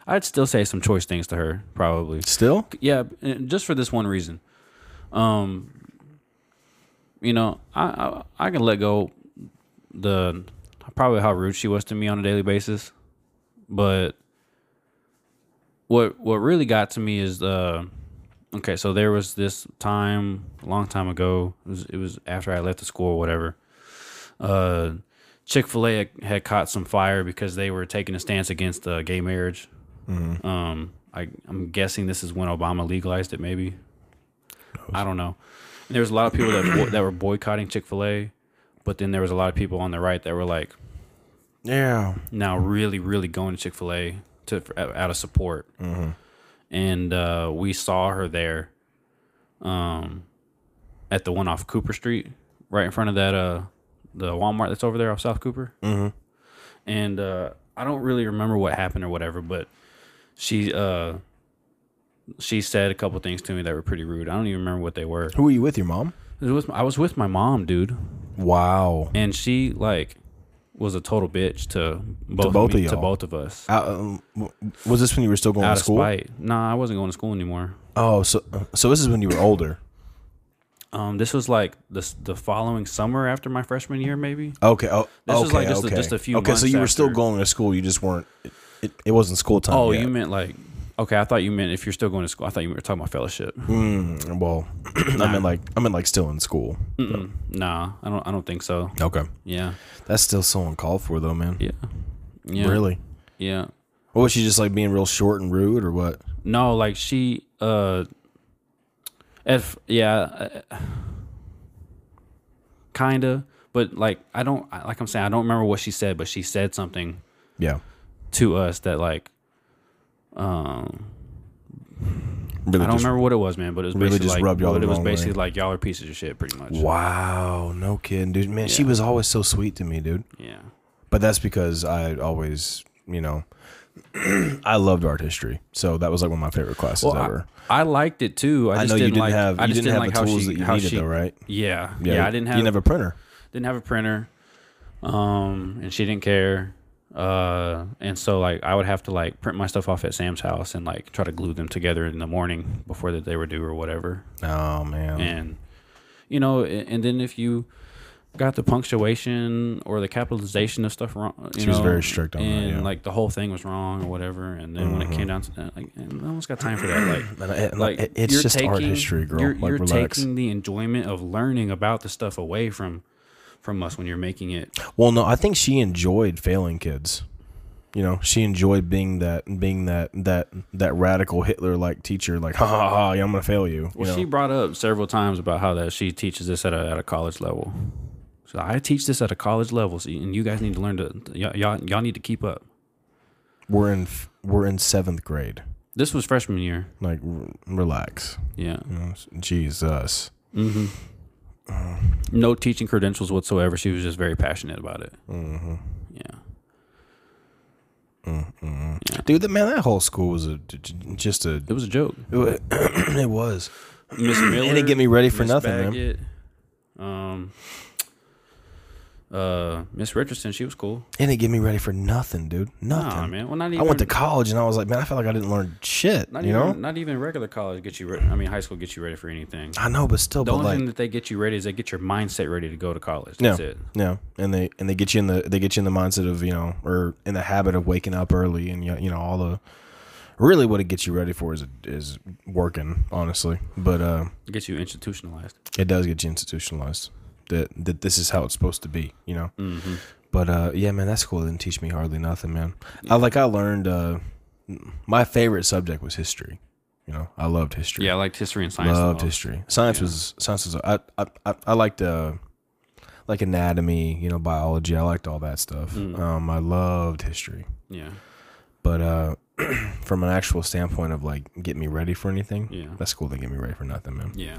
Speaker 2: I'd still say some choice things to her, probably.
Speaker 1: still,
Speaker 2: Yeah, and just for this one reason. Um, you know, I I, I can let go the probably how rude she was to me on a daily basis, but what what really got to me is the okay. So there was this time a long time ago. It was, it was after I left the school, or whatever. Uh, Chick Fil A had caught some fire because they were taking a stance against uh, gay marriage. Um, I, I'm guessing this is when Obama legalized it. Maybe I don't know. And there was a lot of people that boy- that were boycotting Chick Fil A, but then there was a lot of people on the right that were like,
Speaker 1: yeah,
Speaker 2: now really, really going to Chick Fil A to for, out of support.
Speaker 1: Mm-hmm.
Speaker 2: And uh, we saw her there, um, at the one off Cooper Street, right in front of that uh, the Walmart that's over there off South Cooper. Mm-hmm. and uh, I don't really remember what happened or whatever, but she uh, she said a couple things to me that were pretty rude. I don't even remember what they were.
Speaker 1: Who were you with? Your mom?
Speaker 2: It was I was with my mom, dude,
Speaker 1: Wow.
Speaker 2: and she like was a total bitch to both
Speaker 1: both
Speaker 2: me-
Speaker 1: of
Speaker 2: to
Speaker 1: y'all.
Speaker 2: both of us.
Speaker 1: I, um, w- was this when you were still going
Speaker 2: out
Speaker 1: to
Speaker 2: of
Speaker 1: school?
Speaker 2: spite. Nah, I wasn't going to school anymore.
Speaker 1: Oh, so so this is when you were older.
Speaker 2: Um, this was like the the following summer after my freshman year, maybe.
Speaker 1: Okay. Oh,
Speaker 2: This
Speaker 1: okay,
Speaker 2: was like just a-
Speaker 1: okay.
Speaker 2: just a few
Speaker 1: Okay, so
Speaker 2: months
Speaker 1: you were still
Speaker 2: after.
Speaker 1: going to school. You just weren't. It, it, it wasn't school time.
Speaker 2: Oh,
Speaker 1: yet.
Speaker 2: you meant like okay? I thought you meant if you're still going to school. I thought you were talking about fellowship.
Speaker 1: Mm,
Speaker 2: *clears throat*
Speaker 1: well, I meant like I meant like still in school.
Speaker 2: Mm-mm. Nah, I don't. I don't think so.
Speaker 1: Okay,
Speaker 2: Yeah,
Speaker 1: that's still so uncalled for though, man.
Speaker 2: yeah, yeah.
Speaker 1: Really?
Speaker 2: Yeah.
Speaker 1: Or was she just like being real short and rude, or what?
Speaker 2: No, like she. Uh. If yeah. uh, kinda, but like I don't. I- Like I'm saying, I don't remember what she said, but she said something
Speaker 1: Yeah,
Speaker 2: to us that like. Um,
Speaker 1: really
Speaker 2: I don't
Speaker 1: just-
Speaker 2: remember what it was, man, but it was
Speaker 1: really
Speaker 2: basically
Speaker 1: just
Speaker 2: like,
Speaker 1: rubbed y'all
Speaker 2: but
Speaker 1: the
Speaker 2: it was
Speaker 1: wrong
Speaker 2: basically
Speaker 1: way.
Speaker 2: like y'all are pieces of shit, pretty much.
Speaker 1: Wow, no kidding, dude. Man, she
Speaker 2: Yeah.
Speaker 1: was always so sweet to me, dude.
Speaker 2: Yeah.
Speaker 1: But that's because I always, you know, *clears throat* I loved art history, so that was like one of my favorite classes
Speaker 2: Well, I-
Speaker 1: ever.
Speaker 2: I, liked it too. I,
Speaker 1: I,
Speaker 2: just
Speaker 1: know you
Speaker 2: didn't,
Speaker 1: didn't
Speaker 2: like,
Speaker 1: have
Speaker 2: I
Speaker 1: you
Speaker 2: just
Speaker 1: didn't have
Speaker 2: like
Speaker 1: the
Speaker 2: how
Speaker 1: tools
Speaker 2: she,
Speaker 1: that you
Speaker 2: how
Speaker 1: needed
Speaker 2: she,
Speaker 1: though, right?
Speaker 2: Yeah, yeah. I didn't have
Speaker 1: you didn't have a printer.
Speaker 2: didn't have a printer. Um, and she didn't care. Uh, and so like I would have to like print my stuff off at Sam's house and like try to glue them together in the morning before that they were due or whatever.
Speaker 1: Oh man,
Speaker 2: And you know, a- and then if you got the punctuation or the capitalization of stuff wrong, you
Speaker 1: She was
Speaker 2: know,
Speaker 1: very strict on that,
Speaker 2: and
Speaker 1: yeah.
Speaker 2: like the whole thing was wrong or whatever. And then when it came down to that, like, and I almost got time for that. Like,
Speaker 1: And I- and, *clears throat* like,
Speaker 2: like
Speaker 1: it- it's
Speaker 2: you're
Speaker 1: just art
Speaker 2: taking-
Speaker 1: history, girl.
Speaker 2: You're,
Speaker 1: like
Speaker 2: you're
Speaker 1: relax.
Speaker 2: taking the enjoyment of learning about the stuff away from from us when you're making it.
Speaker 1: Well, no, I think she enjoyed failing kids. You know, she enjoyed being that being that that that radical Hitler like teacher, like ha ha ha, yeah, I'm gonna fail you. you
Speaker 2: Well,
Speaker 1: know?
Speaker 2: she brought up several times about how that she teaches this at a at a college level. So I teach this at a college level, so, and you guys need to learn to y'all, y'all y'all need to keep up.
Speaker 1: we're in f- we're in seventh grade.
Speaker 2: This was freshman year.
Speaker 1: Like, r- relax.
Speaker 2: Yeah.
Speaker 1: You know, s- Jesus. Mm-hmm.
Speaker 2: hmm Um, No teaching credentials whatsoever. She was just very passionate about it.
Speaker 1: hmm
Speaker 2: Yeah.
Speaker 1: Dude, that man, that whole school was a j- j- just a. *clears throat*
Speaker 2: It was a joke.
Speaker 1: It wa- it was.
Speaker 2: Miss Miller.
Speaker 1: And it get me ready for
Speaker 2: Miss
Speaker 1: nothing, man.
Speaker 2: Baggett, Um, uh, Miss Richardson, she was cool.
Speaker 1: And it get me ready for nothing, dude.
Speaker 2: Nah,
Speaker 1: Nothing.
Speaker 2: man. Well, not even.
Speaker 1: I went to college and I was like, man, I felt like I didn't learn shit.
Speaker 2: Not
Speaker 1: You
Speaker 2: even,
Speaker 1: know?
Speaker 2: Not even regular college gets you. Re- I mean, high school gets you ready for anything.
Speaker 1: I know, but still,
Speaker 2: The
Speaker 1: but
Speaker 2: only
Speaker 1: like,
Speaker 2: thing that they get you ready is they get your mindset ready to go to college.
Speaker 1: No.
Speaker 2: That's it.
Speaker 1: Yeah, and they and they get you in the they get you in the mindset of you know or in the habit of waking up early and you you know all the really what it gets you ready for is is working honestly, but uh,
Speaker 2: It gets you institutionalized.
Speaker 1: it does get you institutionalized that that this is how it's supposed to be, you know.
Speaker 2: Mm-hmm.
Speaker 1: But uh, yeah, man, that school didn't teach me hardly nothing, man. I like I learned uh, my favorite subject was history. You know, I loved history.
Speaker 2: Yeah, I liked history and science.
Speaker 1: Loved
Speaker 2: though.
Speaker 1: history. Science was science was I I I, I liked uh like anatomy, you know, biology. I liked all that stuff.
Speaker 2: Mm.
Speaker 1: Um, I loved history,
Speaker 2: Yeah.
Speaker 1: but uh, *clears throat* from an actual standpoint of like getting me ready for anything,
Speaker 2: Yeah.
Speaker 1: that school didn't get me ready for nothing, man.
Speaker 2: Yeah.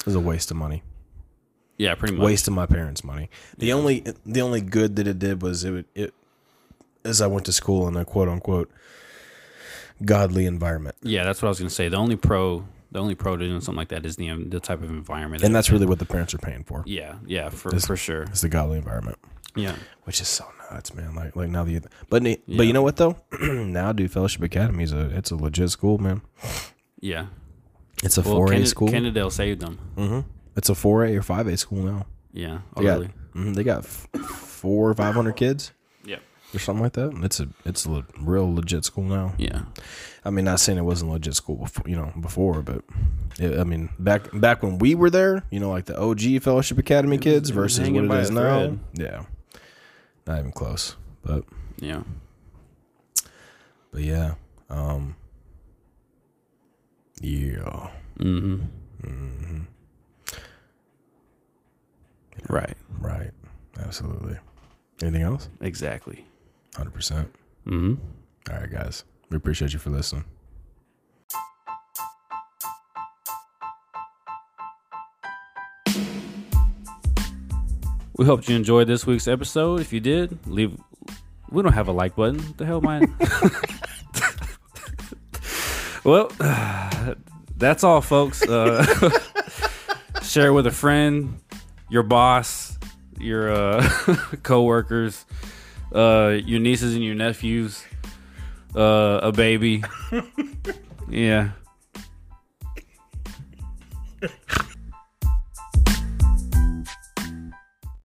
Speaker 1: It was a waste of money,
Speaker 2: Yeah. Pretty much.
Speaker 1: waste of my parents' money. The only the only good that it did was it would, it as I went to school in a quote unquote godly environment,
Speaker 2: Yeah, that's what I was gonna say. The only pro, the only pro to doing something like that is the um, the type of environment.
Speaker 1: and that's really what the parents are paying for.
Speaker 2: yeah, yeah, for for sure.
Speaker 1: It's the godly environment.
Speaker 2: Yeah,
Speaker 1: which is so nuts, man. Like like now the but ne- but you know what though? *clears throat* now, dude, Fellowship Academy is a it's a legit school, man.
Speaker 2: yeah.
Speaker 1: It's a
Speaker 2: Well,
Speaker 1: four A
Speaker 2: Kennedy,
Speaker 1: school.
Speaker 2: Kennedale saved them.
Speaker 1: hmm It's a four A or five A school now.
Speaker 2: Yeah. Oh,
Speaker 1: They got,
Speaker 2: really?
Speaker 1: mhm, they got f- four or five hundred kids
Speaker 2: Yeah.
Speaker 1: or something like that. It's a it's a le- real legit school now.
Speaker 2: Yeah.
Speaker 1: I mean, not saying it wasn't a legit school before, you know, before, but it, I mean, back back when we were there, you know, like the OG Fellowship Academy kids
Speaker 2: it was
Speaker 1: versus
Speaker 2: hanging
Speaker 1: what
Speaker 2: by
Speaker 1: it is
Speaker 2: a
Speaker 1: now.
Speaker 2: thread.
Speaker 1: Yeah, not even close. But
Speaker 2: Yeah.
Speaker 1: But yeah, um, yeah,
Speaker 2: Mm-hmm. Right.
Speaker 1: right, absolutely. Anything else?
Speaker 2: Exactly.
Speaker 1: Hundred percent.
Speaker 2: Mm-hmm.
Speaker 1: All right, guys, we appreciate you for listening.
Speaker 2: We hope you enjoyed this week's episode. If you did, leave We don't have a like button. The hell, mine. *laughs* well, *sighs* that's all, folks. Uh, *laughs* share with a friend, your boss, your uh, *laughs* coworkers, uh, your nieces and your nephews, uh, a baby. yeah.